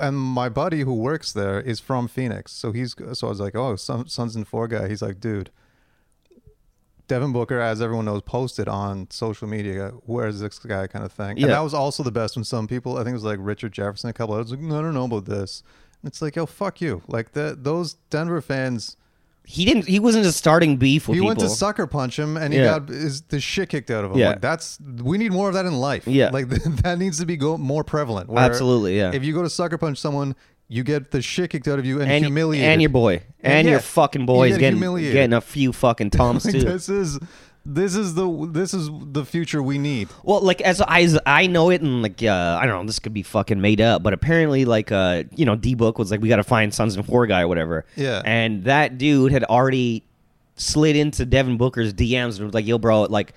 Speaker 2: and my buddy who works there is from Phoenix, so he's so I was like, oh, Sun- Suns and Four guy. He's like, dude. Devin Booker, as everyone knows, posted on social media, where's this guy kind of thing.
Speaker 3: Yeah.
Speaker 2: And that was also the best when some people, I think it was like Richard Jefferson, a couple others, like, no, I don't know about this. And it's like, yo, fuck you. Like the, those Denver fans,
Speaker 3: He didn't. He wasn't just starting beef with
Speaker 2: he
Speaker 3: people.
Speaker 2: went to sucker punch him and he
Speaker 3: Yeah.
Speaker 2: got his, the shit kicked out of him.
Speaker 3: Yeah.
Speaker 2: Like that's, we need more of that in life.
Speaker 3: Yeah.
Speaker 2: Like that needs to be go, more prevalent. where
Speaker 3: Absolutely, yeah.
Speaker 2: If you go to sucker punch someone, you get the shit kicked out of you and,
Speaker 3: and,
Speaker 2: humiliated.
Speaker 3: and your boy, and,
Speaker 2: And
Speaker 3: your
Speaker 2: yeah,
Speaker 3: fucking
Speaker 2: you
Speaker 3: boy is
Speaker 2: get
Speaker 3: getting
Speaker 2: humiliated.
Speaker 3: getting a few fucking toms
Speaker 2: Like,
Speaker 3: too.
Speaker 2: this is, this is the, this is the future we need.
Speaker 3: Well, like as I as I know it, and like uh, I don't know, this could be fucking made up, but apparently, like uh, you know, D Book was like, we got to find Sons and Four guy or whatever.
Speaker 2: Yeah.
Speaker 3: and that dude had already slid into Devin Booker's DMs and was like, yo, bro, like.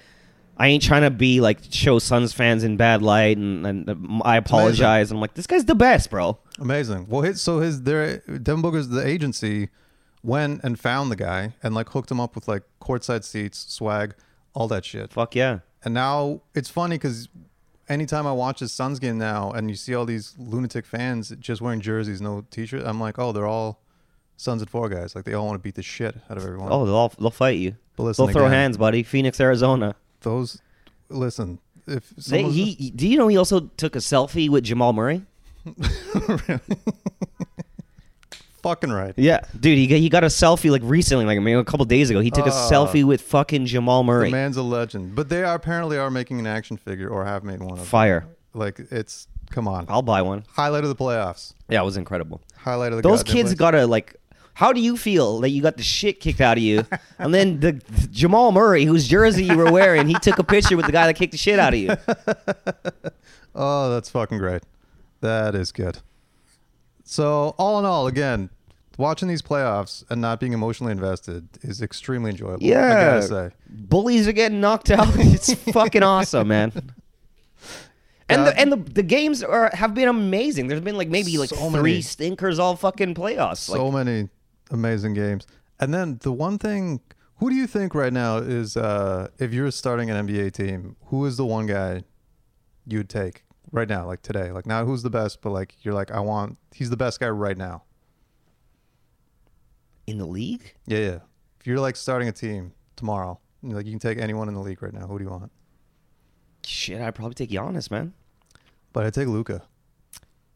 Speaker 3: I ain't trying to be like show Suns fans in bad light, and, and um, I apologize. And I'm like, this guy's the best, bro.
Speaker 2: Amazing. Well, his, so his their Devin Booker's the agency went and found the guy and like hooked him up with like courtside seats, swag, all that shit.
Speaker 3: Fuck yeah.
Speaker 2: And now it's funny because anytime I watch his Suns game now and you see all these lunatic fans just wearing jerseys, no t-shirt, I'm like, oh, they're all Suns and four guys. Like they all want to beat the shit out of everyone.
Speaker 3: Oh, they'll all, they'll fight you.
Speaker 2: But listen
Speaker 3: they'll throw
Speaker 2: again.
Speaker 3: hands, buddy. Phoenix, Arizona.
Speaker 2: those. Listen, if
Speaker 3: They,
Speaker 2: someone's-
Speaker 3: he, he- do you know he also took a selfie with Jamal Murray?
Speaker 2: fucking right.
Speaker 3: Yeah, dude, he got, he got a selfie like recently, like I mean, a couple days ago. He took a
Speaker 2: Ah.
Speaker 3: selfie with fucking Jamal
Speaker 2: The
Speaker 3: Murray.
Speaker 2: man's a legend, but they are apparently are making an action figure or have made one of.
Speaker 3: Fire!
Speaker 2: Like it's come on.
Speaker 3: I'll buy one.
Speaker 2: Highlight of the playoffs.
Speaker 3: Yeah, it was incredible.
Speaker 2: Highlight of the
Speaker 3: Those
Speaker 2: goddamn
Speaker 3: kids
Speaker 2: playoffs.
Speaker 3: gotta like. How do you feel that you got the shit kicked out of you, and then the, the Jamal Murray, whose jersey you were wearing, he took a picture with the guy that kicked the shit out of you.
Speaker 2: Oh, that's fucking great. That is good. So all in all, again, watching these playoffs and not being emotionally invested is extremely enjoyable. I
Speaker 3: Yeah,
Speaker 2: gotta say.
Speaker 3: bullies are getting knocked out. It's fucking awesome, man. And
Speaker 2: that.
Speaker 3: the, and the, the games are have been amazing. There's been like maybe like
Speaker 2: So
Speaker 3: three
Speaker 2: many.
Speaker 3: stinkers all fucking playoffs.
Speaker 2: so many amazing games. And then the one thing, who do you think right now is uh, if you're starting an NBA team, who is the one guy you'd take right now, like today? Like not who's the best, but like you're like I want he's the best guy right now.
Speaker 3: in the league?
Speaker 2: Yeah, yeah. If you're like starting a team tomorrow, you know, like you can take anyone in the league right now. Who do you want?
Speaker 3: Shit, I'd probably take Giannis, man.
Speaker 2: But I take Luca.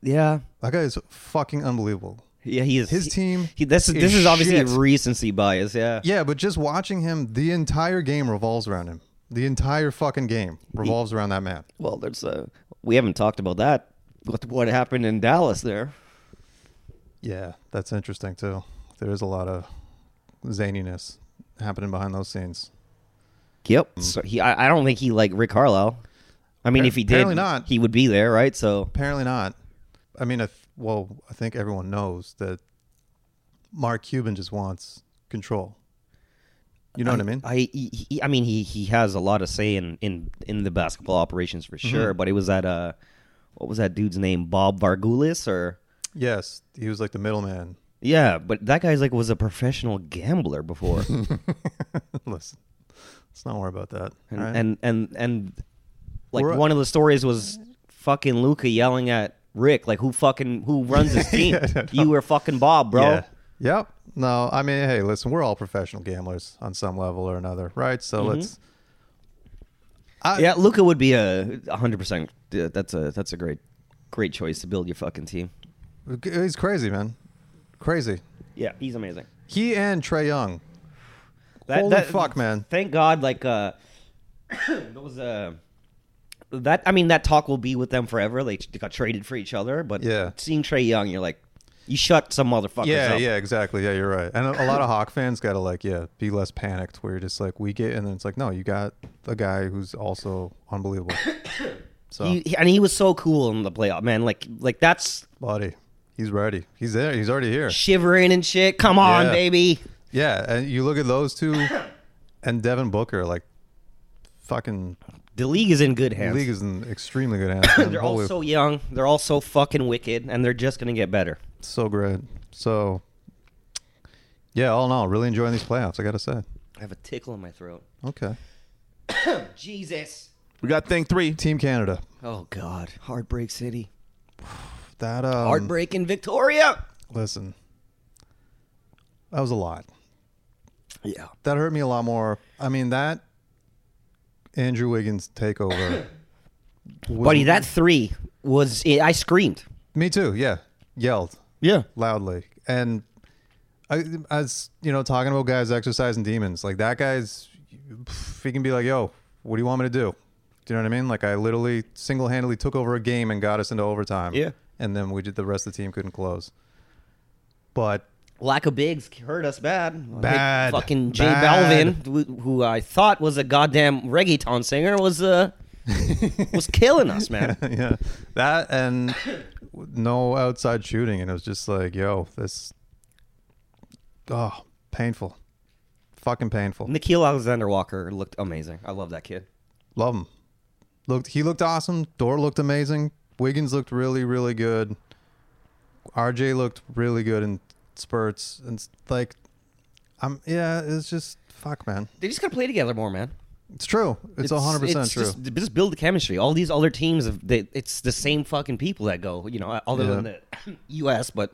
Speaker 3: Yeah.
Speaker 2: That guy is fucking unbelievable.
Speaker 3: Yeah, he is
Speaker 2: His
Speaker 3: he-
Speaker 2: team
Speaker 3: He, this is,
Speaker 2: is
Speaker 3: this is obviously
Speaker 2: shit.
Speaker 3: recency bias, yeah.
Speaker 2: Yeah, but just watching him, the entire game revolves around him. The entire fucking game revolves around that man.
Speaker 3: Well, there's uh, we haven't talked about that. What what happened in Dallas there?
Speaker 2: Yeah, that's interesting too. There is a lot of zaniness happening behind those scenes.
Speaker 3: Yep. Mm. So he, I, I don't think he like Rick Carlisle. I mean,
Speaker 2: Appar-
Speaker 3: if he did,
Speaker 2: apparently not.
Speaker 3: he would be there, right? So
Speaker 2: Apparently not. I mean, I th- well, I think everyone knows that Mark Cuban just wants control. You know what I mean?
Speaker 3: I, he, he- I mean, he, he has a lot of say in, in, in the basketball operations
Speaker 2: Mm-hmm.
Speaker 3: for sure. But it was that uh, what was that dude's name? Bob Vargulis or
Speaker 2: yes, he was like the middleman.
Speaker 3: yeah. But that guy's like was a professional gambler before, and,
Speaker 2: Listen, let's not worry about that. all right?
Speaker 3: and and and like
Speaker 2: We're-
Speaker 3: one of the stories was fucking Luca yelling at Rick, like who fucking who runs this team?
Speaker 2: Yeah, I know.
Speaker 3: you were fucking Bob, bro.
Speaker 2: Yeah. Yep. No, I mean, hey, listen, we're all professional gamblers on some level or another, right? So let's. I,
Speaker 3: Mm-hmm. Yeah, Luca would be a hundred percent. yeah, That's a that's a great great choice to build your fucking team.
Speaker 2: He's crazy, man. Crazy.
Speaker 3: Yeah, he's amazing.
Speaker 2: He and Trey Young.
Speaker 3: That-
Speaker 2: Holy
Speaker 3: that-
Speaker 2: fuck, man.
Speaker 3: Thank God, like uh, those uh, that I mean that talk will be with them forever. They got traded for each other, but
Speaker 2: Yeah.
Speaker 3: seeing Trey Young, you're like, you shut some motherfuckers
Speaker 2: Yeah,
Speaker 3: up.
Speaker 2: yeah, exactly. Yeah, you're right. And a, a lot of Hawk fans gotta like, yeah, be less panicked. Where you're just like, we get, and then it's like, no, you got a guy who's also unbelievable. So,
Speaker 3: He, he- and he was so cool in the playoff, man. Like, like that's
Speaker 2: buddy, he's ready. He's there. He's already here.
Speaker 3: shivering and shit. Come on,
Speaker 2: Yeah.
Speaker 3: baby.
Speaker 2: Yeah, and you look at those two, and Devin Booker, like, fucking
Speaker 3: The league is in good hands.
Speaker 2: league is in extremely good hands. man.
Speaker 3: they're all
Speaker 2: Holy
Speaker 3: so young. They're all so fucking wicked, and they're just gonna get better.
Speaker 2: so great. So, yeah, all in all, really enjoying these playoffs. I gotta say.
Speaker 3: I have a tickle in my throat.
Speaker 2: Okay,
Speaker 3: Jesus.
Speaker 1: We got thing three.
Speaker 2: Team Canada.
Speaker 3: Oh God, Heartbreak City,
Speaker 2: That um,
Speaker 3: Heartbreak in Victoria.
Speaker 2: Listen, that was a lot.
Speaker 3: Yeah.
Speaker 2: That hurt me a lot more. I mean, that Andrew Wiggins takeover. was-
Speaker 3: Buddy, that three was I screamed.
Speaker 2: Me too. Yeah, yelled
Speaker 3: Yeah.
Speaker 2: loudly, and I, as you know, talking about guys exercising demons. Like that guy's, he can be like, "Yo, what do you want me to do?" Do you know what I mean? Like I literally single-handedly took over a game and got us into overtime.
Speaker 3: Yeah.
Speaker 2: and then we did. The rest of the team couldn't close. But
Speaker 3: Lack of bigs hurt us bad.
Speaker 2: Bad.
Speaker 3: Big fucking J
Speaker 2: Bad.
Speaker 3: Balvin, who, who I thought was a goddamn reggaeton singer, was uh was killing us, man.
Speaker 2: yeah, that and no outside shooting, and it was just like, yo, this, oh, painful, fucking painful.
Speaker 3: Nikhil Alexander Walker looked amazing. I love that kid.
Speaker 2: Love him. Looked, he looked awesome. Dort looked amazing. Wiggins looked really, really good. RJ looked really good in spurts, and s- like, I'm yeah, it's just fuck, man.
Speaker 3: They just gotta play together more, man.
Speaker 2: It's true. It's hundred percent
Speaker 3: it's
Speaker 2: true.
Speaker 3: Just, just build the chemistry. All these other teams, have, they, it's the same fucking people that go. You know, other than
Speaker 2: Yeah.
Speaker 3: the U.S., but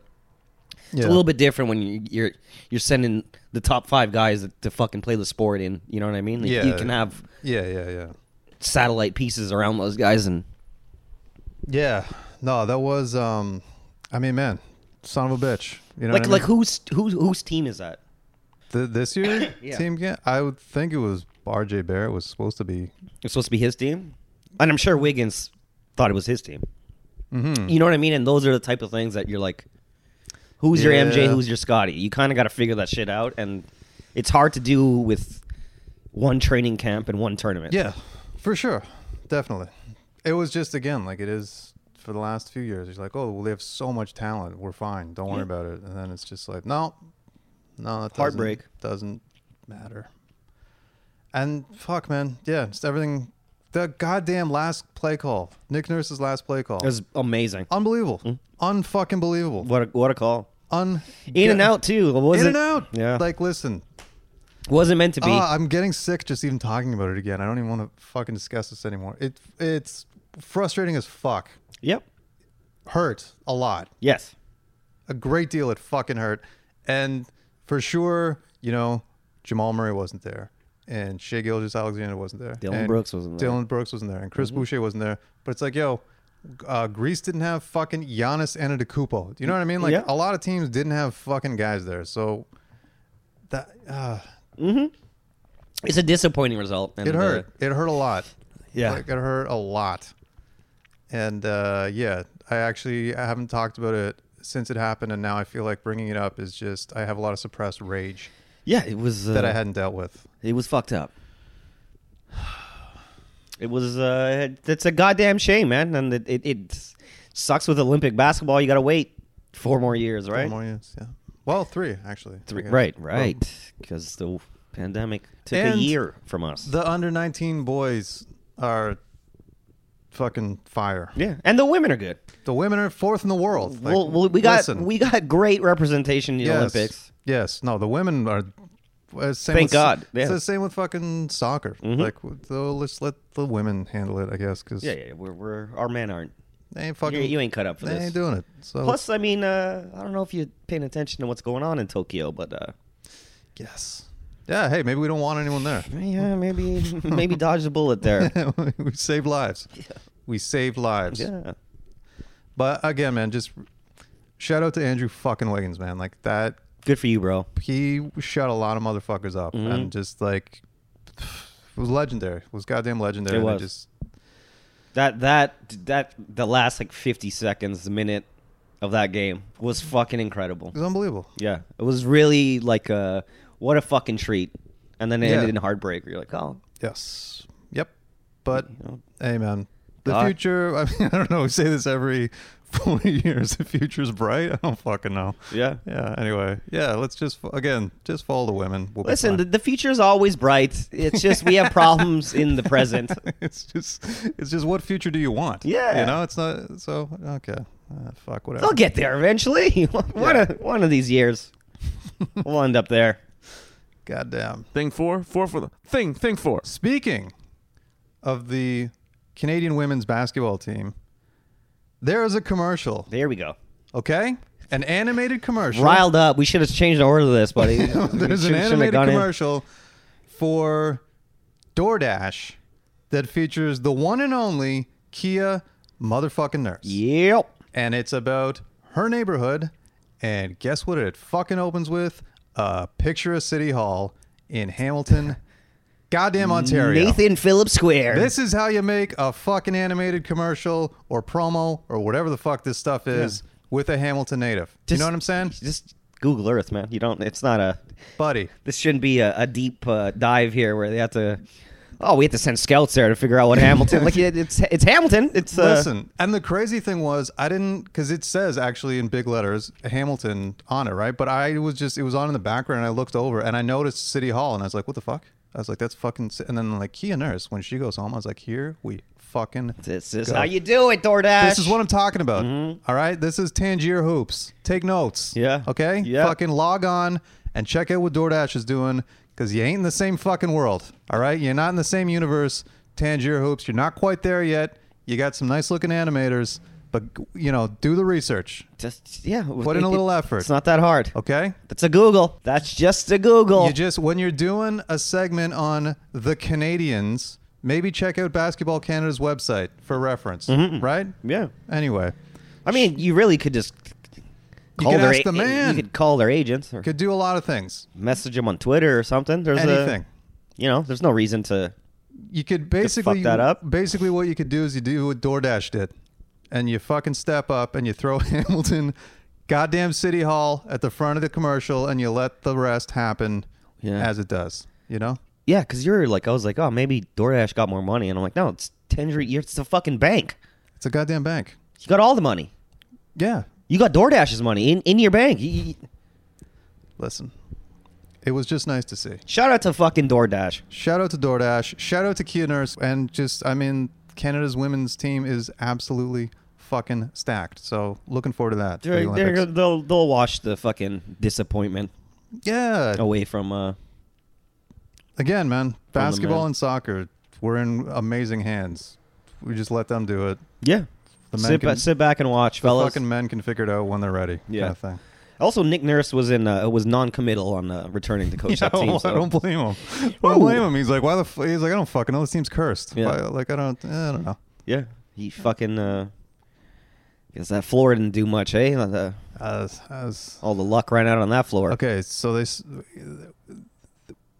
Speaker 3: it's
Speaker 2: Yeah.
Speaker 3: a little bit different when you, you're you're sending the top five guys to fucking play the sport in. You know what I mean? Like, You
Speaker 2: Yeah.
Speaker 3: can have
Speaker 2: yeah, yeah, yeah.
Speaker 3: satellite pieces around those guys, and
Speaker 2: Yeah. No, that was um I mean, man, son of a bitch. You know
Speaker 3: like
Speaker 2: what I
Speaker 3: like
Speaker 2: mean?
Speaker 3: whose whose whose team is that?
Speaker 2: Th- this year
Speaker 3: Yeah.
Speaker 2: team game? I would think it was RJ Barrett was supposed to be
Speaker 3: It's supposed to be his team, and I'm sure Wiggins thought it was his team.
Speaker 2: Mm-hmm.
Speaker 3: You know what I mean? And those are the type of things that you're like, who's your MJ,
Speaker 2: Yeah.
Speaker 3: who's your Scotty? You kind of got to figure that shit out, and it's hard to do with one training camp and one tournament.
Speaker 2: Yeah, for sure. Definitely. It was just again, like it is for the last few years. It's like, oh well they have so much talent. We're fine. Don't worry about it. And then it's just like, no. No, that doesn't-
Speaker 3: Heartbreak.
Speaker 2: doesn't matter. And fuck man, yeah, just everything The goddamn last play call. Nick Nurse's last play call.
Speaker 3: It was amazing.
Speaker 2: unbelievable. Unfucking believable.
Speaker 3: What a, what a call.
Speaker 2: Un
Speaker 3: In and out too. Was
Speaker 2: In
Speaker 3: it,
Speaker 2: and out.
Speaker 3: Yeah. Like
Speaker 2: Like listen.
Speaker 3: wasn't meant to be.
Speaker 2: ah, I'm getting sick just even talking about it again. I don't even want to fucking discuss this anymore. It it's frustrating as fuck.
Speaker 3: yep.
Speaker 2: Hurt a lot.
Speaker 3: Yes.
Speaker 2: a great deal it fucking hurt. And for sure, you know, Jamal Murray wasn't there. And Shea Gilgis Alexander wasn't there.
Speaker 3: Dylan
Speaker 2: and
Speaker 3: Brooks wasn't there. Mm-hmm.
Speaker 2: Dylan Brooks wasn't there. And Chris Boucher wasn't there. But it's like, yo, uh, Greece didn't have fucking Giannis Antetokounmpo. Do you know what I mean? Like
Speaker 3: Yeah.
Speaker 2: a lot of teams didn't have fucking guys there. So that uh,
Speaker 3: It's a disappointing result. and,
Speaker 2: it
Speaker 3: uh,
Speaker 2: hurt. It hurt a lot.
Speaker 3: Yeah.
Speaker 2: Like, it hurt a lot. And uh, yeah, I actually I haven't talked about it since it happened, and now I feel like bringing it up is just I have a lot of suppressed rage
Speaker 3: yeah, it was uh,
Speaker 2: that I hadn't dealt with.
Speaker 3: It was fucked up. It was. Uh, it's a goddamn shame, man, and it, it, it sucks with Olympic basketball. You gotta wait four more years,
Speaker 2: Four
Speaker 3: right?
Speaker 2: more years, yeah. Well, three actually. I
Speaker 3: Three,
Speaker 2: guess.
Speaker 3: right, right, because the pandemic took a
Speaker 2: And
Speaker 3: year from us.
Speaker 2: The under nineteen boys are fucking fire.
Speaker 3: yeah, and the women are good.
Speaker 2: The women are fourth in the world. Like,
Speaker 3: well, well, we got
Speaker 2: listen.
Speaker 3: we got great representation in the
Speaker 2: Yes.
Speaker 3: Olympics.
Speaker 2: Yes. No, the women are. uh, same
Speaker 3: Thank
Speaker 2: with,
Speaker 3: God. Yeah. Mm-hmm.
Speaker 2: It's the same with fucking soccer. Like, so let's let the women handle it, I guess, because
Speaker 3: Yeah, yeah, yeah, we're, we're our men aren't.
Speaker 2: they ain't fucking.
Speaker 3: You, you ain't cut up for
Speaker 2: they
Speaker 3: this.
Speaker 2: ain't doing it. So
Speaker 3: Plus, I mean, uh, I don't know if you're paying attention to what's going on in Tokyo, but uh,
Speaker 2: yes. Yeah. Hey, maybe we don't want anyone there.
Speaker 3: yeah, maybe maybe dodge the bullet there.
Speaker 2: we save lives. We save lives.
Speaker 3: yeah.
Speaker 2: But again, man, just shout out to Andrew fucking Wiggins, man. Like that,
Speaker 3: Good for you, bro.
Speaker 2: he shut a lot of motherfuckers up,
Speaker 3: Mm-hmm.
Speaker 2: and just like it was legendary. It was goddamn legendary.
Speaker 3: It
Speaker 2: and
Speaker 3: was.
Speaker 2: just
Speaker 3: That that that the last like 50 seconds, the minute of that game was fucking incredible.
Speaker 2: it was unbelievable.
Speaker 3: Yeah, it was really like a what a fucking treat. And then it
Speaker 2: Yeah.
Speaker 3: ended in heartbreak. You're like, oh,
Speaker 2: Yes. Yep. But
Speaker 3: know.
Speaker 2: hey, man, the
Speaker 3: God.
Speaker 2: future. I mean, I don't know. We say this every forty years. The future's bright. I don't fucking know.
Speaker 3: yeah.
Speaker 2: Yeah. Anyway. Yeah. Let's just again just follow the women. We'll be
Speaker 3: Listen, the,
Speaker 2: fine.
Speaker 3: the future is always bright. It's just we have problems in the present.
Speaker 2: it's just it's just what future do you want?
Speaker 3: Yeah.
Speaker 2: You know, it's not so okay. Uh, fuck whatever.
Speaker 3: They'll get there eventually. one
Speaker 2: Yeah.
Speaker 3: of one of these years, we'll end up there.
Speaker 2: Goddamn.
Speaker 1: Thing four, four for the thing. Thing four.
Speaker 2: Speaking of the Canadian women's basketball team, there is a commercial.
Speaker 3: There we go.
Speaker 2: Okay, an animated commercial.
Speaker 3: Riled up. We should have changed the order of this, buddy.
Speaker 2: There's an animated commercial for DoorDash that features the one and only Kia motherfucking nurse.
Speaker 3: Yep.
Speaker 2: And it's about her neighborhood. And guess what it fucking opens with? A picture of City Hall in Hamilton, goddamn Ontario.
Speaker 3: Nathan Phillips Square.
Speaker 2: This is how you make a fucking animated commercial or promo or whatever the fuck this stuff is with a Hamilton native. Do you
Speaker 3: Just-
Speaker 2: know what I'm saying?
Speaker 3: just Google Earth, man. You don't. It's not a.
Speaker 2: Buddy.
Speaker 3: This shouldn't be a, a deep uh, dive here where they have to. Oh, we have to send scouts there to figure out what Hamilton. like it, it's it's Hamilton. It's uh,
Speaker 2: Listen, and the crazy thing was, I didn't because it says actually in big letters Hamilton on it, right? But I was just it was on in the background, and I looked over and I noticed City Hall, and I was like, "What the fuck?" I was like, "That's fucking." si-" And then like Kia Nurse, when she goes home, I was like, "Here we fucking."
Speaker 3: This is
Speaker 2: go.
Speaker 3: how you do it, DoorDash.
Speaker 2: This is what I'm talking about. all right, this is Tangier hoops. Take notes.
Speaker 3: Mm-hmm. Yeah.
Speaker 2: Okay.
Speaker 3: Yeah.
Speaker 2: Fucking log on and check out what DoorDash is doing because you ain't in the same fucking world. All right, you're not in the same universe. Tangier hoops. You're not quite there yet. You got some nice looking animators, but you know, do the research.
Speaker 3: Just yeah.
Speaker 2: Put in a little effort.
Speaker 3: It's not that hard.
Speaker 2: Okay.
Speaker 3: That's a Google. That's just a Google.
Speaker 2: You just when you're doing a segment on the Canadians, maybe check out Basketball Canada's website for reference.
Speaker 3: Mm-hmm.
Speaker 2: Right.
Speaker 3: yeah.
Speaker 2: Anyway,
Speaker 3: I mean, you really could just.
Speaker 2: You
Speaker 3: Call
Speaker 2: could
Speaker 3: their
Speaker 2: ask the man.
Speaker 3: You could call their agents or
Speaker 2: could do a lot of things.
Speaker 3: message them on Twitter or something. There's a-
Speaker 2: Anything.
Speaker 3: you know, there's no reason to.
Speaker 2: you could basically
Speaker 3: fuck that up?
Speaker 2: Basically, what you could do is you do what DoorDash did, and you fucking step up and you throw Hamilton, goddamn City Hall at the front of the commercial, and you let the rest happen
Speaker 3: Yeah.
Speaker 2: as it does. You know,
Speaker 3: Yeah, because you're like, I was like, oh, maybe DoorDash got more money, and I'm like, no, it's Tendry, you're it's the fucking bank.
Speaker 2: it's a goddamn bank.
Speaker 3: You got all the money.
Speaker 2: Yeah,
Speaker 3: You got DoorDash's money in, in your bank. You- you-
Speaker 2: listen, it It was just nice to see.
Speaker 3: Shout out to fucking DoorDash.
Speaker 2: Shout out to DoorDash. Shout out to Kia Nurse. And just, I mean, Canada's women's team is absolutely fucking stacked. So looking forward to that. for the
Speaker 3: They're, they're,
Speaker 2: Olympics.
Speaker 3: they'll they'll wash the fucking disappointment
Speaker 2: yeah.
Speaker 3: away from uh
Speaker 2: Again, man, basketball
Speaker 3: man.
Speaker 2: and soccer, we're in amazing hands. We just let them do it.
Speaker 3: yeah.
Speaker 2: The men
Speaker 3: Sit,
Speaker 2: can-
Speaker 3: ba- sit back and watch,
Speaker 2: The
Speaker 3: fellas.
Speaker 2: fucking men can figure it out when they're ready.
Speaker 3: Yeah.
Speaker 2: Kind of thing.
Speaker 3: Also, Nick Nurse was in uh, was non-committal on uh, returning to coach that
Speaker 2: Yeah,
Speaker 3: team.
Speaker 2: well,
Speaker 3: so-
Speaker 2: I don't blame him. I don't blame him. He's like, why the? F-? He's like, I don't fucking know. This team's cursed.
Speaker 3: Yeah.
Speaker 2: Why- like I don't. eh, I don't know.
Speaker 3: Yeah, he fucking. Uh, guess that floor didn't do much, eh? Uh, the-
Speaker 2: As as
Speaker 3: all the luck ran out on that floor.
Speaker 2: okay, so they s-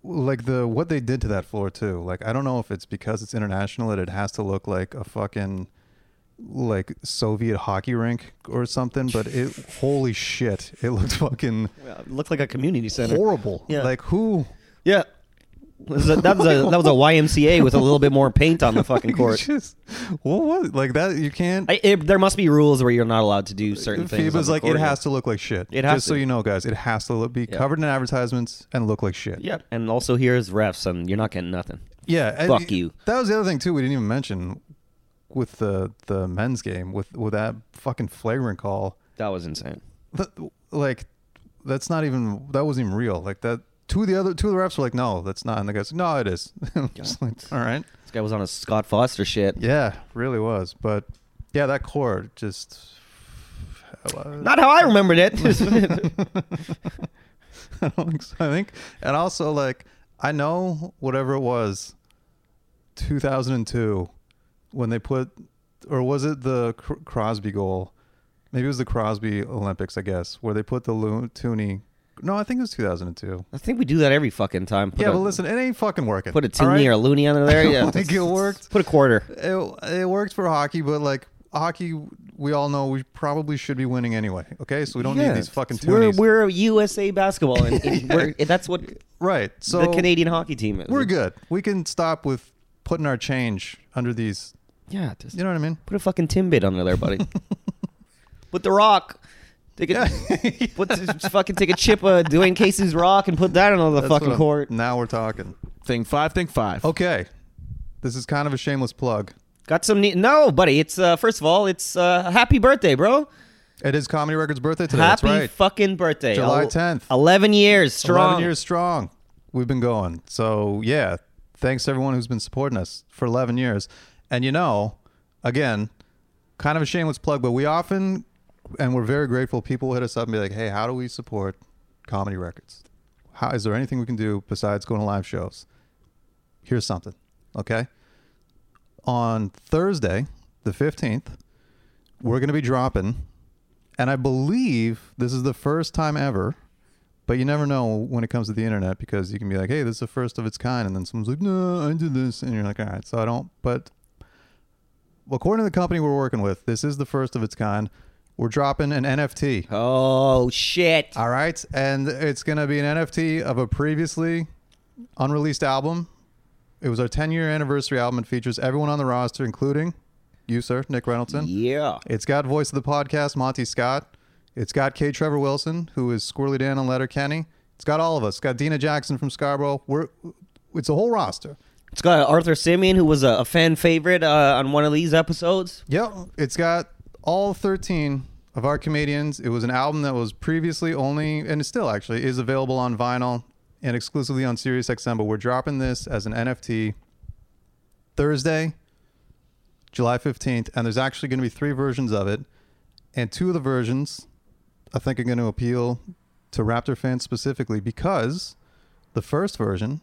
Speaker 2: like the what they did to that floor too. Like I don't know if it's because it's international that it has to look like a fucking like Soviet hockey rink or something. But it holy shit, it looked fucking
Speaker 3: Yeah, it looked like a community center.
Speaker 2: horrible.
Speaker 3: Yeah.
Speaker 2: Like who
Speaker 3: Yeah, It was a- that was a that was a YMCA with a little bit more paint on the fucking court.
Speaker 2: Just, what was it? like that? You can't.
Speaker 3: I, it, there must be rules where you're not allowed to do certain things. on
Speaker 2: FIBA's
Speaker 3: the
Speaker 2: like
Speaker 3: court.
Speaker 2: it has to look like shit.
Speaker 3: It has
Speaker 2: Just so
Speaker 3: to.
Speaker 2: you know, guys, it has to look, be
Speaker 3: Yeah.
Speaker 2: covered in advertisements and look like shit.
Speaker 3: Yeah, and also here's refs, and you're not getting nothing.
Speaker 2: Yeah. I-
Speaker 3: Fuck you.
Speaker 2: That was the other thing too. We didn't even mention with the the men's game with with that fucking flagrant call.
Speaker 3: That was insane.
Speaker 2: That, like that's not even that wasn't even real. Like that. Two of the other two of the refs were like, no, that's not. And the guys, no, it is. I'm just like, all right.
Speaker 3: This guy was on a Scott Foster shit.
Speaker 2: Yeah, really was. But yeah, that court just.
Speaker 3: Not how I remembered it.
Speaker 2: I don't think so. I think, and also like I know whatever it was, 2002, when they put, or was it the Cr- Crosby goal? Maybe it was the Crosby Olympics, I guess, where they put the Lo- Tooney. No, I think it was 2002.
Speaker 3: I think we do that every fucking time. Put
Speaker 2: yeah,
Speaker 3: a-
Speaker 2: but listen, it ain't fucking working.
Speaker 3: Put a
Speaker 2: all
Speaker 3: toonie
Speaker 2: right?
Speaker 3: or a loony under there.
Speaker 2: don't
Speaker 3: Yeah,
Speaker 2: think
Speaker 3: that's-
Speaker 2: it worked.
Speaker 3: Put a quarter.
Speaker 2: It, it worked for hockey, but like hockey, we all know we probably should be winning anyway. Okay, so we don't
Speaker 3: Yeah,
Speaker 2: need these fucking
Speaker 3: we're,
Speaker 2: Toonies.
Speaker 3: we're a USA basketball, and, and we're, that's what
Speaker 2: right. So
Speaker 3: the Canadian hockey team is.
Speaker 2: We're good. We can stop with putting our change under these.
Speaker 3: Yeah, just
Speaker 2: You know what I mean?
Speaker 3: put a fucking Timbit under there, buddy. put the rock. Take a, put the, just fucking take a chip of Dwayne Casey's rock and put that on the
Speaker 2: That's what
Speaker 3: fucking
Speaker 2: I'm- Mm.
Speaker 3: court.
Speaker 2: Now we're talking.
Speaker 1: Thing five, thing five.
Speaker 2: Okay. This is kind of a shameless plug.
Speaker 3: Got some neat. No, buddy. It's uh, first of all, it's uh, happy birthday, bro.
Speaker 2: It is Comedy Records' birthday today.
Speaker 3: Happy
Speaker 2: That's right.
Speaker 3: fucking birthday.
Speaker 2: July
Speaker 3: El-
Speaker 2: 10th.
Speaker 3: Eleven years strong.
Speaker 2: 11 years strong. We've been going. So, yeah. Thanks to everyone who's been supporting us for 11 years. And you know, again, kind of a shameless plug, but we often, and we're very grateful, people will hit us up and be like, hey, how do we support comedy records? How is there anything we can do besides going to live shows? Here's something. Okay. On Thursday, the 15th, we're going to be dropping, and I believe this is the first time ever but you never know when it comes to the internet because you can be like, hey, this is the first of its kind. And then someone's like, no, I did this. And you're like, all right, so I don't. But according to the company we're working with, this is the first of its kind. We're dropping an NFT.
Speaker 3: Oh shit.
Speaker 2: All right. And it's going to be an NFT of a previously unreleased album. It was our 10 year anniversary album and features everyone on the roster, including you, sir, Nick Reynoldson.
Speaker 3: Yeah.
Speaker 2: It's got voice of the podcast, Monty Scott. It's got K. Trevor Wilson, who is Squirrely Dan on Letter Kenny. It's got all of us. It's got Dina Jackson from Scarborough. We're it's a whole roster.
Speaker 3: It's got Arthur Simeon, who was a, a fan favorite uh, on one of these episodes.
Speaker 2: Yep. It's got all 13 of our comedians. It was an album that was previously only, and it still actually is available on vinyl and exclusively on SiriusXM. But we're dropping this as an NFT Thursday, July 15th. And there's actually going to be three versions of it. And two of the versions I think are going to appeal to Raptor fans specifically because the first version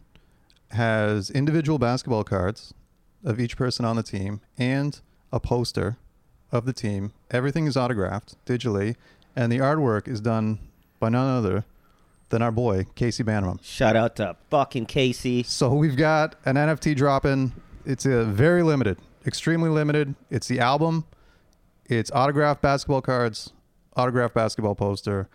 Speaker 2: has individual basketball cards of each person on the team and a poster of the team. Everything is autographed digitally, and the artwork is done by none other than our boy, Casey Bannerman.
Speaker 3: Shout out to fucking Casey.
Speaker 2: So we've got an NFT dropping. It's a very limited, extremely limited. It's the album. It's autographed basketball cards, autographed basketball poster.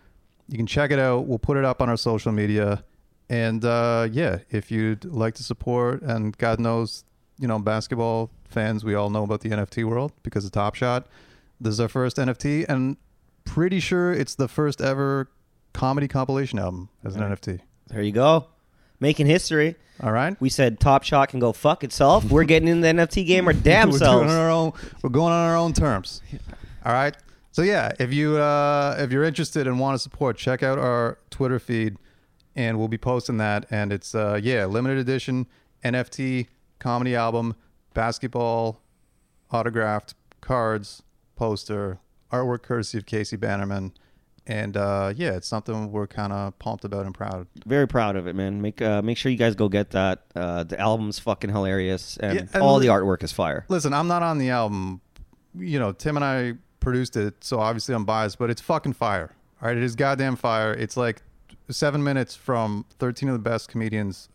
Speaker 2: You can check it out. We'll put it up on our social media. And uh, yeah, if you'd like to support, and God knows, you know, basketball fans, we all know about the NFT world because of Top Shot. This is our first NFT, and pretty sure it's the first ever comedy compilation album as an NFT.
Speaker 3: There you go. Making history.
Speaker 2: All right.
Speaker 3: We said Top Shot can go fuck itself. We're getting in the NFT game or damn
Speaker 2: we're
Speaker 3: selves.
Speaker 2: doing our own. We're going on our own terms. All right. So yeah, if you uh, if you're interested and want to support, check out our Twitter feed, and we'll be posting that. And it's uh, yeah, limited edition NFT comedy album, basketball autographed cards, poster, artwork courtesy of Casey Bannerman. And uh, yeah, it's something we're kind of pumped about and proud.
Speaker 3: Very proud of it, man. Make uh, make sure you guys go get that. Uh, the album's fucking hilarious, and,
Speaker 2: Yeah, and
Speaker 3: all the
Speaker 2: li-
Speaker 3: artwork is fire.
Speaker 2: Listen, I'm not on the album. You know, Tim and I produced it, so obviously I'm biased, but it's fucking fire. All right, it is goddamn fire. It's like seven minutes from 13 of the best comedians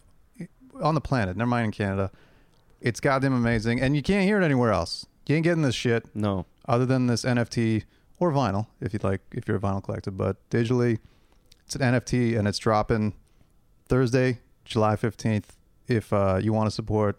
Speaker 2: on the planet. Never mind in Canada. It's goddamn amazing, and you can't hear it anywhere else. You ain't getting this shit
Speaker 3: No,
Speaker 2: other than this NFT or vinyl, if you'd like, if you're a vinyl collector. But digitally, it's an NFT and it's dropping Thursday, July 15th. If uh, you want to support,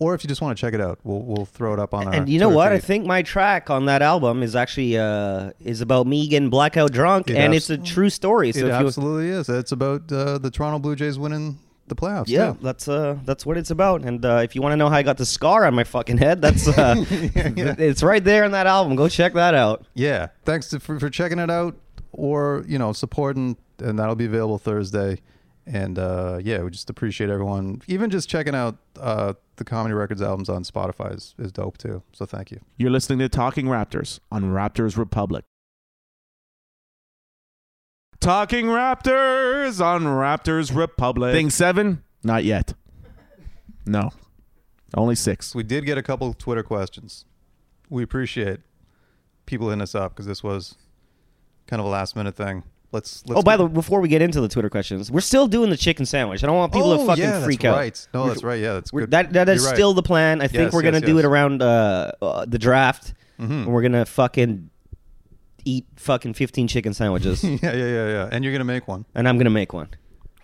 Speaker 2: or if you just want to check it out, we'll we'll throw it up on our.
Speaker 3: and you know
Speaker 2: Twitter
Speaker 3: what? I
Speaker 2: feed.
Speaker 3: think my track on that album is actually uh, is about me getting blackout drunk,
Speaker 2: It
Speaker 3: and
Speaker 2: abs-
Speaker 3: it's a true story. So
Speaker 2: it
Speaker 3: if you,
Speaker 2: absolutely is. It's about uh, the Toronto Blue Jays winning the playoffs.
Speaker 3: yeah,
Speaker 2: too.
Speaker 3: that's uh, that's what it's about. And uh, if you want to know how I got the scar on my fucking head, that's uh, it's right there in that album. Go check that out.
Speaker 2: yeah thanks to, for, for checking it out or you know supporting and that'll be available thursday and uh yeah we just appreciate everyone even just checking out uh the comedy records albums on spotify is, is dope too so thank you
Speaker 1: You're listening to Talking Raptors on Raptors Republic. Talking Raptors on Raptors Republic. Thing seven? Not yet. No. Only six.
Speaker 2: so we did get a couple twitter questions we appreciate people hitting us up because this was kind of a last minute thing let's, let's
Speaker 3: oh, by the way, before we get into the Twitter questions, we're still doing the chicken sandwich. I don't want people
Speaker 2: oh,
Speaker 3: to fucking
Speaker 2: yeah,
Speaker 3: freak
Speaker 2: that's right
Speaker 3: out.
Speaker 2: no
Speaker 3: We're-
Speaker 2: that's right yeah that's
Speaker 3: We're,
Speaker 2: good
Speaker 3: that that is
Speaker 2: You're right.
Speaker 3: still the plan. I think
Speaker 2: Yes,
Speaker 3: we're gonna
Speaker 2: yes,
Speaker 3: do
Speaker 2: yes.
Speaker 3: it around uh, uh, the draft,
Speaker 2: Mhm.
Speaker 3: and we're gonna fucking eat fucking fifteen chicken sandwiches,
Speaker 2: yeah yeah yeah yeah and you're gonna make one
Speaker 3: and I'm gonna make one.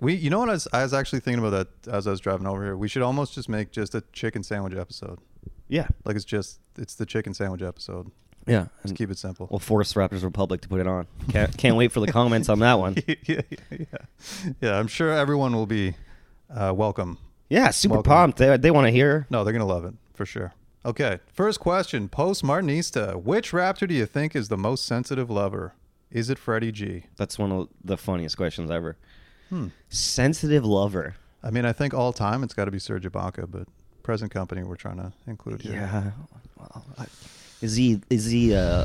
Speaker 2: We, you know what? I was, I was actually thinking about that as I was driving over here. We should almost just make just a chicken sandwich episode.
Speaker 3: Yeah,
Speaker 2: Like it's just it's the chicken sandwich episode.
Speaker 3: yeah.
Speaker 2: Just keep it simple.
Speaker 3: Mm. We'll force Raptors Republic to put it on. Can't, can't wait for the comments on that one.
Speaker 2: yeah, yeah, yeah, yeah. I'm sure everyone will be uh, welcome.
Speaker 3: Yeah, super
Speaker 2: Welcome.
Speaker 3: pumped. They, they want to hear.
Speaker 2: No, they're gonna love it for sure. Okay, first question. Post Martinista, which raptor do you think is the most sensitive lover? Is it Freddie G?
Speaker 3: That's one of the funniest questions ever. Hmm. Sensitive lover.
Speaker 2: I mean, I think all time it's got to be Serge Ibaka, but present company we're trying to include. here.
Speaker 3: Yeah. Well, I- is he? Is he? Uh,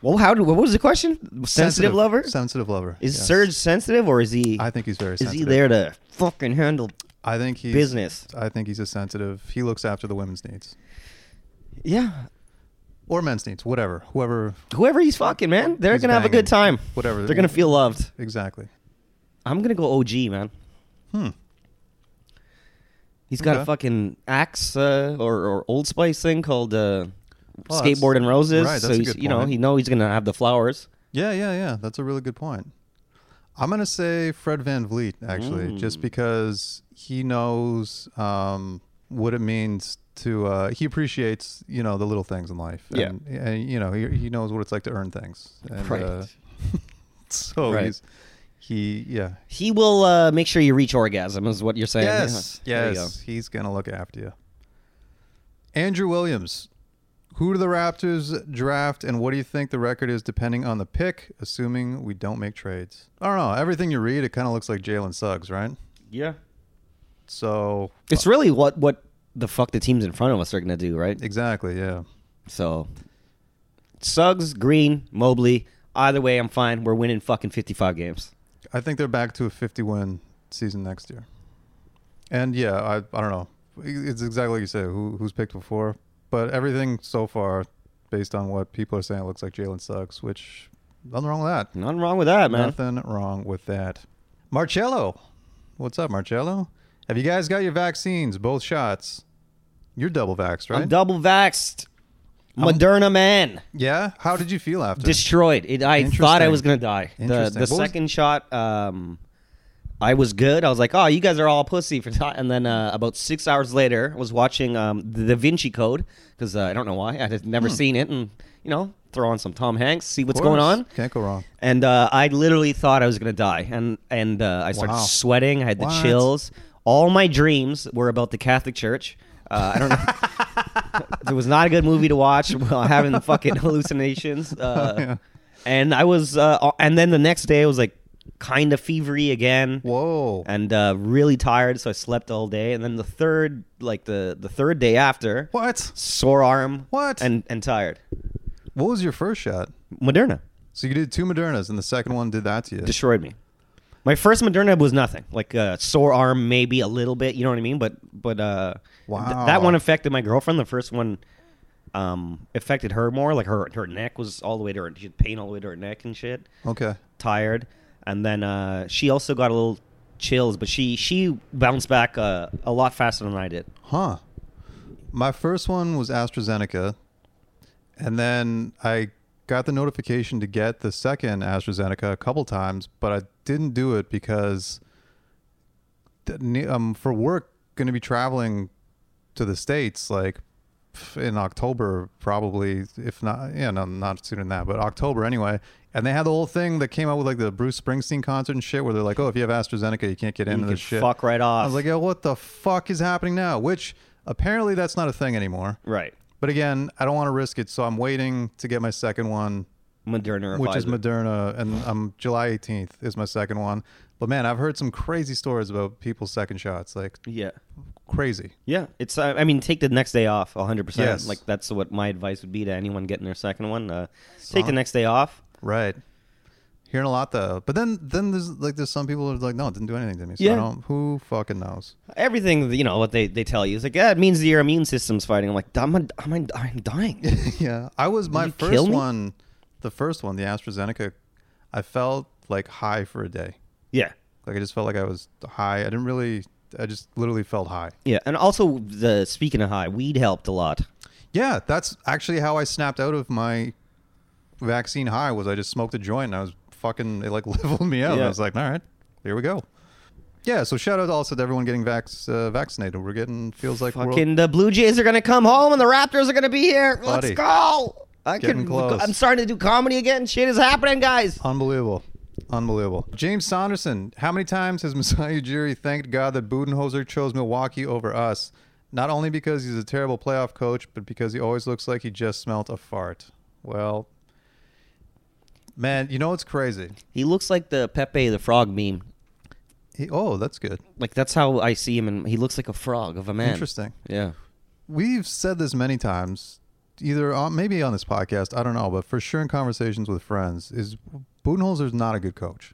Speaker 3: well, how do? What was the question? Sensitive, lover.
Speaker 2: Sensitive lover.
Speaker 3: Is
Speaker 2: yes.
Speaker 3: Serge sensitive or is he?
Speaker 2: I think he's very.
Speaker 3: is
Speaker 2: sensitive.
Speaker 3: he there to fucking handle
Speaker 2: I think he's
Speaker 3: business?
Speaker 2: I think he's a sensitive. He looks after the women's needs
Speaker 3: Yeah.
Speaker 2: or men's needs, whatever, whoever,
Speaker 3: Whoever he's fucking, man, they're
Speaker 2: He's
Speaker 3: gonna have a good
Speaker 2: banging.
Speaker 3: time.
Speaker 2: whatever.
Speaker 3: They're gonna feel loved.
Speaker 2: exactly.
Speaker 3: I'm gonna go OG, man.
Speaker 2: Hmm.
Speaker 3: He's got a
Speaker 2: Okay.
Speaker 3: fucking axe uh, or, or Old Spice thing called uh,
Speaker 2: Well, that's-
Speaker 3: skateboard and roses.
Speaker 2: right,
Speaker 3: so
Speaker 2: that's a
Speaker 3: he's,
Speaker 2: good
Speaker 3: you know
Speaker 2: point.
Speaker 3: he know he's gonna have the flowers.
Speaker 2: Yeah, yeah, yeah. That's a really good point. I'm gonna say Fred Van Vliet actually, just
Speaker 3: Mm.
Speaker 2: because he knows um, what it means to. Uh, he appreciates you know the little things in life.
Speaker 3: Yeah.
Speaker 2: and, and you know he, he knows what it's like to earn things. And,
Speaker 3: Right.
Speaker 2: Uh, so
Speaker 3: Right.
Speaker 2: he's he yeah
Speaker 3: He will uh, make sure you reach orgasm, is what you're saying.
Speaker 2: Yes,
Speaker 3: Yeah. There you
Speaker 2: yes, he's gonna look after you. Andrew Williams, who do the Raptors draft, and what do you think the record is depending on the pick, assuming we don't make trades? I don't know. Everything you read, it kind of looks like Jalen Suggs, right?
Speaker 3: go. Yeah.
Speaker 2: So
Speaker 3: It's really what what the fuck the teams in front of us are gonna do, right?
Speaker 2: exactly, yeah.
Speaker 3: So Suggs, Green, Mobley. Either way, I'm fine. We're winning fucking 55 games.
Speaker 2: I think they're back to a 50 win season next year. And yeah, I I don't know. It's exactly like you said. Who who's picked before? But everything so far, based on what people are saying, it looks like Jalen Suggs, which nothing wrong with that.
Speaker 3: Nothing wrong with that, man.
Speaker 2: Nothing wrong with that. Marcello. What's up, Marcello? Have you guys got your vaccines, both shots? You're double vaxxed, right?
Speaker 3: I'm double vaxxed. Moderna man.
Speaker 2: yeah. How did you feel after?
Speaker 3: destroyed. It, I
Speaker 2: Interesting.
Speaker 3: thought I was gonna die. The,
Speaker 2: Interesting.
Speaker 3: the
Speaker 2: What was-
Speaker 3: second shot, um, I was good. I was like, oh, you guys are all pussy for time. And then uh, about six hours later, I was watching um, The Da Vinci Code because uh, I don't know why I had
Speaker 2: Hmm.
Speaker 3: never seen it, and you know, throw on some Tom Hanks, see what's going on.
Speaker 2: Can't go wrong.
Speaker 3: And uh, I literally thought I was gonna die, and and uh, I started
Speaker 2: Wow.
Speaker 3: sweating. I had the
Speaker 2: What?
Speaker 3: chills. All my dreams were about the Catholic Church. Uh, I don't know. it was not a good movie to watch while having fucking hallucinations. Uh,
Speaker 2: Yeah.
Speaker 3: And I was, uh, and then the next day I was like kind of fevery again
Speaker 2: Whoa.
Speaker 3: and uh, really tired, so I slept all day. And then the third, like the the third day after,
Speaker 2: what?
Speaker 3: sore arm,
Speaker 2: What?
Speaker 3: and and tired.
Speaker 2: What was your first shot?
Speaker 3: Moderna
Speaker 2: So you did two Modernas, and the second one did that to you.
Speaker 3: destroyed me. My first Moderna was nothing, like uh, sore arm, maybe a little bit. You know what I mean? But but uh,
Speaker 2: Wow.
Speaker 3: that one affected my girlfriend. The first one um affected her more. Like her her neck was all the way to her she had pain all the way to her neck and shit.
Speaker 2: Okay.
Speaker 3: tired, and then uh, she also got a little chills, but she she bounced back uh, a lot faster than I did.
Speaker 2: Huh. My first one was AstraZeneca, and then I got the notification to get the second AstraZeneca a couple times, but I didn't do it because the ne- I'm for work going to be traveling to the states like pff, in October probably, if not yeah, no, not sooner than that, but October anyway. And they had the whole thing that came out with like the Bruce Springsteen concert and shit, where they're like, "Oh, if you have AstraZeneca, you can't get into
Speaker 3: You
Speaker 2: this
Speaker 3: can
Speaker 2: shit."
Speaker 3: fuck right off.
Speaker 2: I was like, yo, what the fuck is happening now? Which apparently that's not a thing anymore.
Speaker 3: right,
Speaker 2: But again, I don't want to risk it, so I'm waiting to get my second one,
Speaker 3: Moderna, or
Speaker 2: which is
Speaker 3: Pfizer.
Speaker 2: Moderna, and I'm July 18th is my second one. But man, I've heard some crazy stories about people's second shots, like
Speaker 3: yeah,
Speaker 2: crazy.
Speaker 3: yeah. It's uh, I mean, take the next day off, hundred percent.
Speaker 2: Yes.
Speaker 3: Like that's what my advice would be to anyone getting their second one. Uh, take
Speaker 2: Solid.
Speaker 3: the next day off.
Speaker 2: Right. Hearing a lot though, but then then there's like there's some people who are like, no, it didn't do anything to me. So
Speaker 3: Yeah.
Speaker 2: I don't, who fucking knows?
Speaker 3: Everything you know what they, they tell you is like, yeah, it means that your immune system's fighting. I'm like, I'm I'm, I'm dying.
Speaker 2: yeah, I was my
Speaker 3: you
Speaker 2: first
Speaker 3: kill me?
Speaker 2: one, the first one, the AstraZeneca. I felt like high for a day.
Speaker 3: yeah.
Speaker 2: Like I just felt like I was high. I didn't really. I just literally felt high.
Speaker 3: Yeah, and also the speaking of high, weed helped a lot.
Speaker 2: Yeah, that's actually how I snapped out of my vaccine high. Was I just smoked a joint and I was fucking. It like leveled me out.
Speaker 3: Yeah.
Speaker 2: I was like, all right, here we go. Yeah. So shout out also to everyone getting vax uh, vaccinated. We're getting feels like world-
Speaker 3: Fucking the Blue Jays are gonna come home and the Raptors are gonna be here. Let's
Speaker 2: Buddy.
Speaker 3: go. I
Speaker 2: Getting
Speaker 3: can.
Speaker 2: close.
Speaker 3: I'm starting to do comedy again. Shit is happening, guys.
Speaker 2: unbelievable. Unbelievable. James Saunderson, how many times has Masai Ujiri thanked God that Budenholzer chose Milwaukee over us? Not only because he's a terrible playoff coach, but because he always looks like he just smelt a fart. Well, man, you know what's crazy?
Speaker 3: He looks like the Pepe the Frog meme.
Speaker 2: He, oh, that's good.
Speaker 3: Like that's how I see him, and he looks like a frog of a man.
Speaker 2: Interesting.
Speaker 3: Yeah.
Speaker 2: We've said this many times, either on, maybe on this podcast, I don't know, but for sure in conversations with friends, is Budenholzer's not a good coach.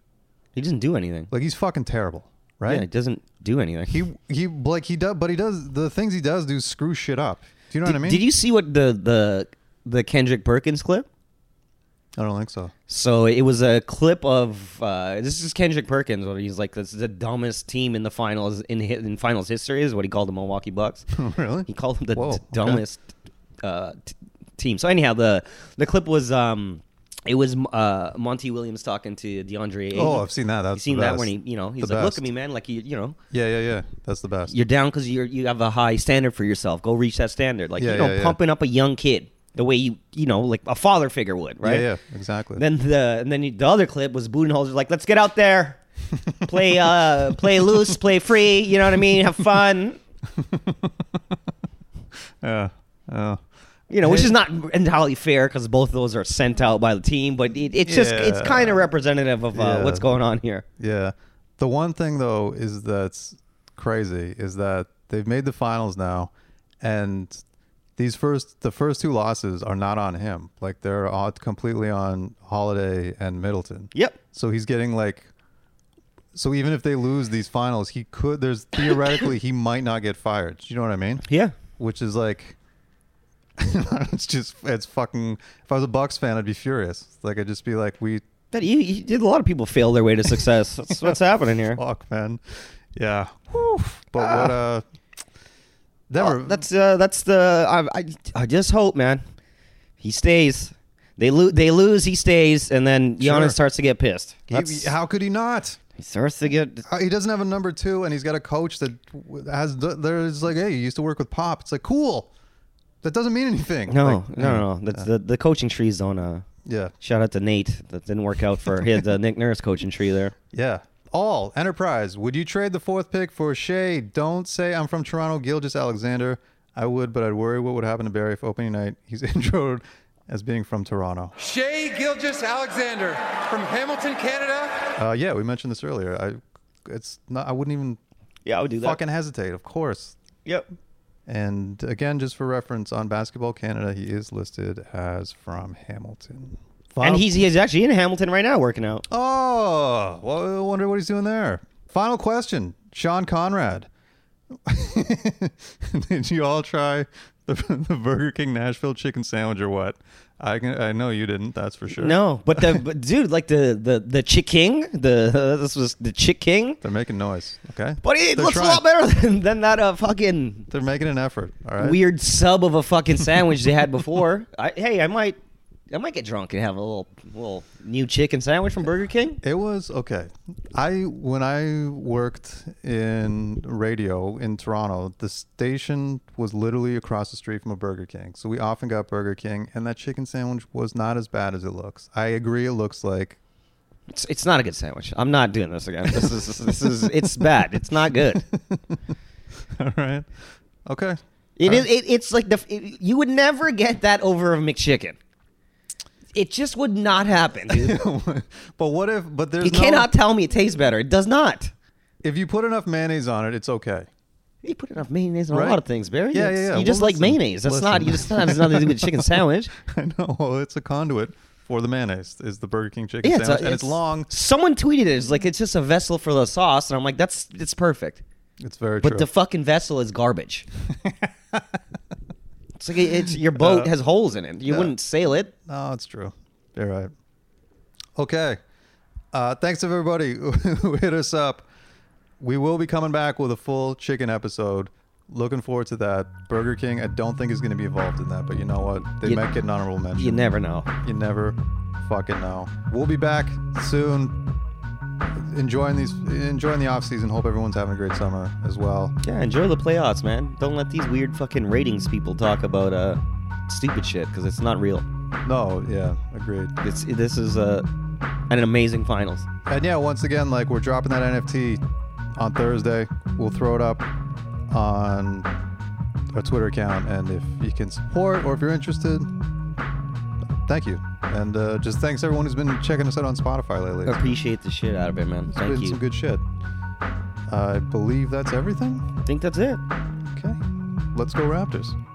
Speaker 3: He doesn't do anything.
Speaker 2: Like he's fucking terrible, right?
Speaker 3: Yeah, he doesn't do anything.
Speaker 2: he he like he does but he does the things he does do screw shit up do you know
Speaker 3: did,
Speaker 2: what i mean
Speaker 3: did you see what the the the Kendrick Perkins clip?
Speaker 2: i don't think so
Speaker 3: So it was a clip of uh, this is Kendrick Perkins where he's like this is the dumbest team in the finals in hi- in finals history is what he called the Milwaukee Bucks.
Speaker 2: really
Speaker 3: He called them the
Speaker 2: Whoa,
Speaker 3: d-
Speaker 2: okay.
Speaker 3: dumbest uh, t- team. So anyhow, the the clip was um, it was uh, Monty Williams talking to DeAndre. Ayton.
Speaker 2: oh i've seen that
Speaker 3: You
Speaker 2: that's
Speaker 3: seen
Speaker 2: the
Speaker 3: that
Speaker 2: best.
Speaker 3: when he you know he's
Speaker 2: The
Speaker 3: like, look
Speaker 2: best.
Speaker 3: at me, man, like you you know
Speaker 2: yeah yeah yeah that's the best
Speaker 3: you're down because you you have a high standard for yourself. Go reach that standard. Like
Speaker 2: Yeah,
Speaker 3: you know,
Speaker 2: yeah, yeah.
Speaker 3: pumping up a young kid the way you you know like a father figure would, right?
Speaker 2: yeah yeah exactly
Speaker 3: Then the and then the other clip was Budenholzer like, let's get out there, play uh play loose, play free. You know what I mean? Have fun.
Speaker 2: yeah yeah
Speaker 3: You know, which is not entirely fair because both of those are sent out by the team, but it, it's just it's
Speaker 2: Yeah.
Speaker 3: kind of representative of uh,
Speaker 2: Yeah.
Speaker 3: what's going on here.
Speaker 2: yeah the one thing though is that's crazy is that they've made the finals now and these first the first two losses are not on him like they're all completely on holiday and middleton
Speaker 3: Yep.
Speaker 2: So he's getting like. So even if they lose these finals, he could. There's theoretically he might not get fired. You know what I mean?
Speaker 3: Yeah.
Speaker 2: Which is like, it's just it's fucking. If I was a Bucks fan, I'd be furious. Like I'd just be like, we
Speaker 3: That you, you did a lot of people fail their way to success. That's what's happening here.
Speaker 2: fuck, man. Yeah. Whew. But what? Uh. Denver.
Speaker 3: Ah. Well, that's uh, that's the I, I I just hope, man. He stays. They lose. They lose. He stays, and then Giannis
Speaker 2: Sure.
Speaker 3: starts to get pissed.
Speaker 2: he-
Speaker 3: That's-
Speaker 2: how could he not?
Speaker 3: He starts to get.
Speaker 2: Uh, He doesn't have a number two, and he's got a coach that w- has. the- There's like, hey, you used to work with Pop. It's like cool. That doesn't mean anything.
Speaker 3: No,
Speaker 2: Like, uh,
Speaker 3: no, no, no. That's the the coaching trees on. Uh,
Speaker 2: Yeah,
Speaker 3: shout out to Nate. That didn't work out for his uh, Nick Nurse coaching tree there.
Speaker 2: yeah. All enterprise. Would you trade the fourth pick for Shea? Don't say I'm from Toronto. Gilgis Alexander. I would, but I'd worry what would happen to Barry if opening night he's injured as being from Toronto.
Speaker 4: Shay Gilgis Alexander from Hamilton, Canada.
Speaker 2: Uh, yeah, we mentioned this earlier. I, it's not. I wouldn't even
Speaker 3: Yeah, I would do that.
Speaker 2: fucking hesitate. Of course.
Speaker 3: Yep.
Speaker 2: And again, just for reference, on Basketball Canada, he is listed as from Hamilton.
Speaker 3: And he's he's actually in Hamilton right now working out.
Speaker 2: Oh, well, I wonder what he's doing there. Final question Sean Conrad. Did you all try the, the Burger King Nashville chicken sandwich or what? I can, I know you didn't, that's for sure.
Speaker 3: No, but the but dude, like the the the chick king, the this was the chick king.
Speaker 2: They're making noise, okay?
Speaker 3: But it
Speaker 2: They're
Speaker 3: looks a lot better than, than that uh, fucking
Speaker 2: They're making an effort, all right?
Speaker 3: weird sub of a fucking sandwich they had before. I, hey, I might I might get drunk and have a little little new chicken sandwich from Burger King.
Speaker 2: It was okay. I when I worked in radio in Toronto, the station was literally across the street from a Burger King. So we often got Burger King and that chicken sandwich was not as bad as it looks. I agree it looks like
Speaker 3: It's, it's not a good sandwich. I'm not doing this again. This is this is it's bad. It's not good.
Speaker 2: all right. Okay.
Speaker 3: It is. It, it's like the it, you would never get that over a McChicken. It just would not happen, dude.
Speaker 2: but what if but there's
Speaker 3: You
Speaker 2: no,
Speaker 3: cannot tell me it tastes better. It does not.
Speaker 2: if you put enough mayonnaise on it, it's okay.
Speaker 3: You put enough mayonnaise on
Speaker 2: Right.
Speaker 3: a lot of things, Barry.
Speaker 2: Yeah,
Speaker 3: It's-
Speaker 2: yeah, yeah.
Speaker 3: You just
Speaker 2: Well,
Speaker 3: like
Speaker 2: listen,
Speaker 3: mayonnaise. That's not. You just
Speaker 2: listen.
Speaker 3: that has nothing to do with chicken sandwich.
Speaker 2: I know. Well, it's a conduit for the mayonnaise is the Burger King chicken
Speaker 3: Yeah,
Speaker 2: sandwich. and it's long.
Speaker 3: Someone tweeted it. It's like it's just a vessel for the sauce, and I'm like, that's it's perfect.
Speaker 2: It's very
Speaker 3: But
Speaker 2: true.
Speaker 3: the fucking vessel is garbage. it's like it- it's your boat
Speaker 2: Uh,
Speaker 3: has holes in it. You wouldn't sail it.
Speaker 2: No, it's true. You're right. Okay. Uh, thanks everybody who hit us up. We will be coming back with a full chicken episode. Looking forward to that. Burger King, I don't think is going to be involved in that, but you know what? They
Speaker 3: You-
Speaker 2: might get an honorable mention.
Speaker 3: You never know.
Speaker 2: You never fucking know. We'll be back soon. Enjoying these, enjoying the off season. Hope everyone's having a great summer as well.
Speaker 3: Yeah, enjoy the playoffs, man. Don't let these weird fucking ratings people talk about uh stupid shit because it's not real.
Speaker 2: No, yeah, agreed.
Speaker 3: It's this is uh, an amazing finals.
Speaker 2: And yeah, once again, like we're dropping that NFT on Thursday. We'll throw it up on our Twitter account. And if you can support or if you're interested, thank you. And uh, just thanks everyone who's been checking us out on Spotify lately. It's
Speaker 3: Appreciate the shit out of it, man. Thank
Speaker 2: been
Speaker 3: you.
Speaker 2: some good shit. I believe that's everything.
Speaker 3: I think that's it.
Speaker 2: Okay. Let's go Raptors.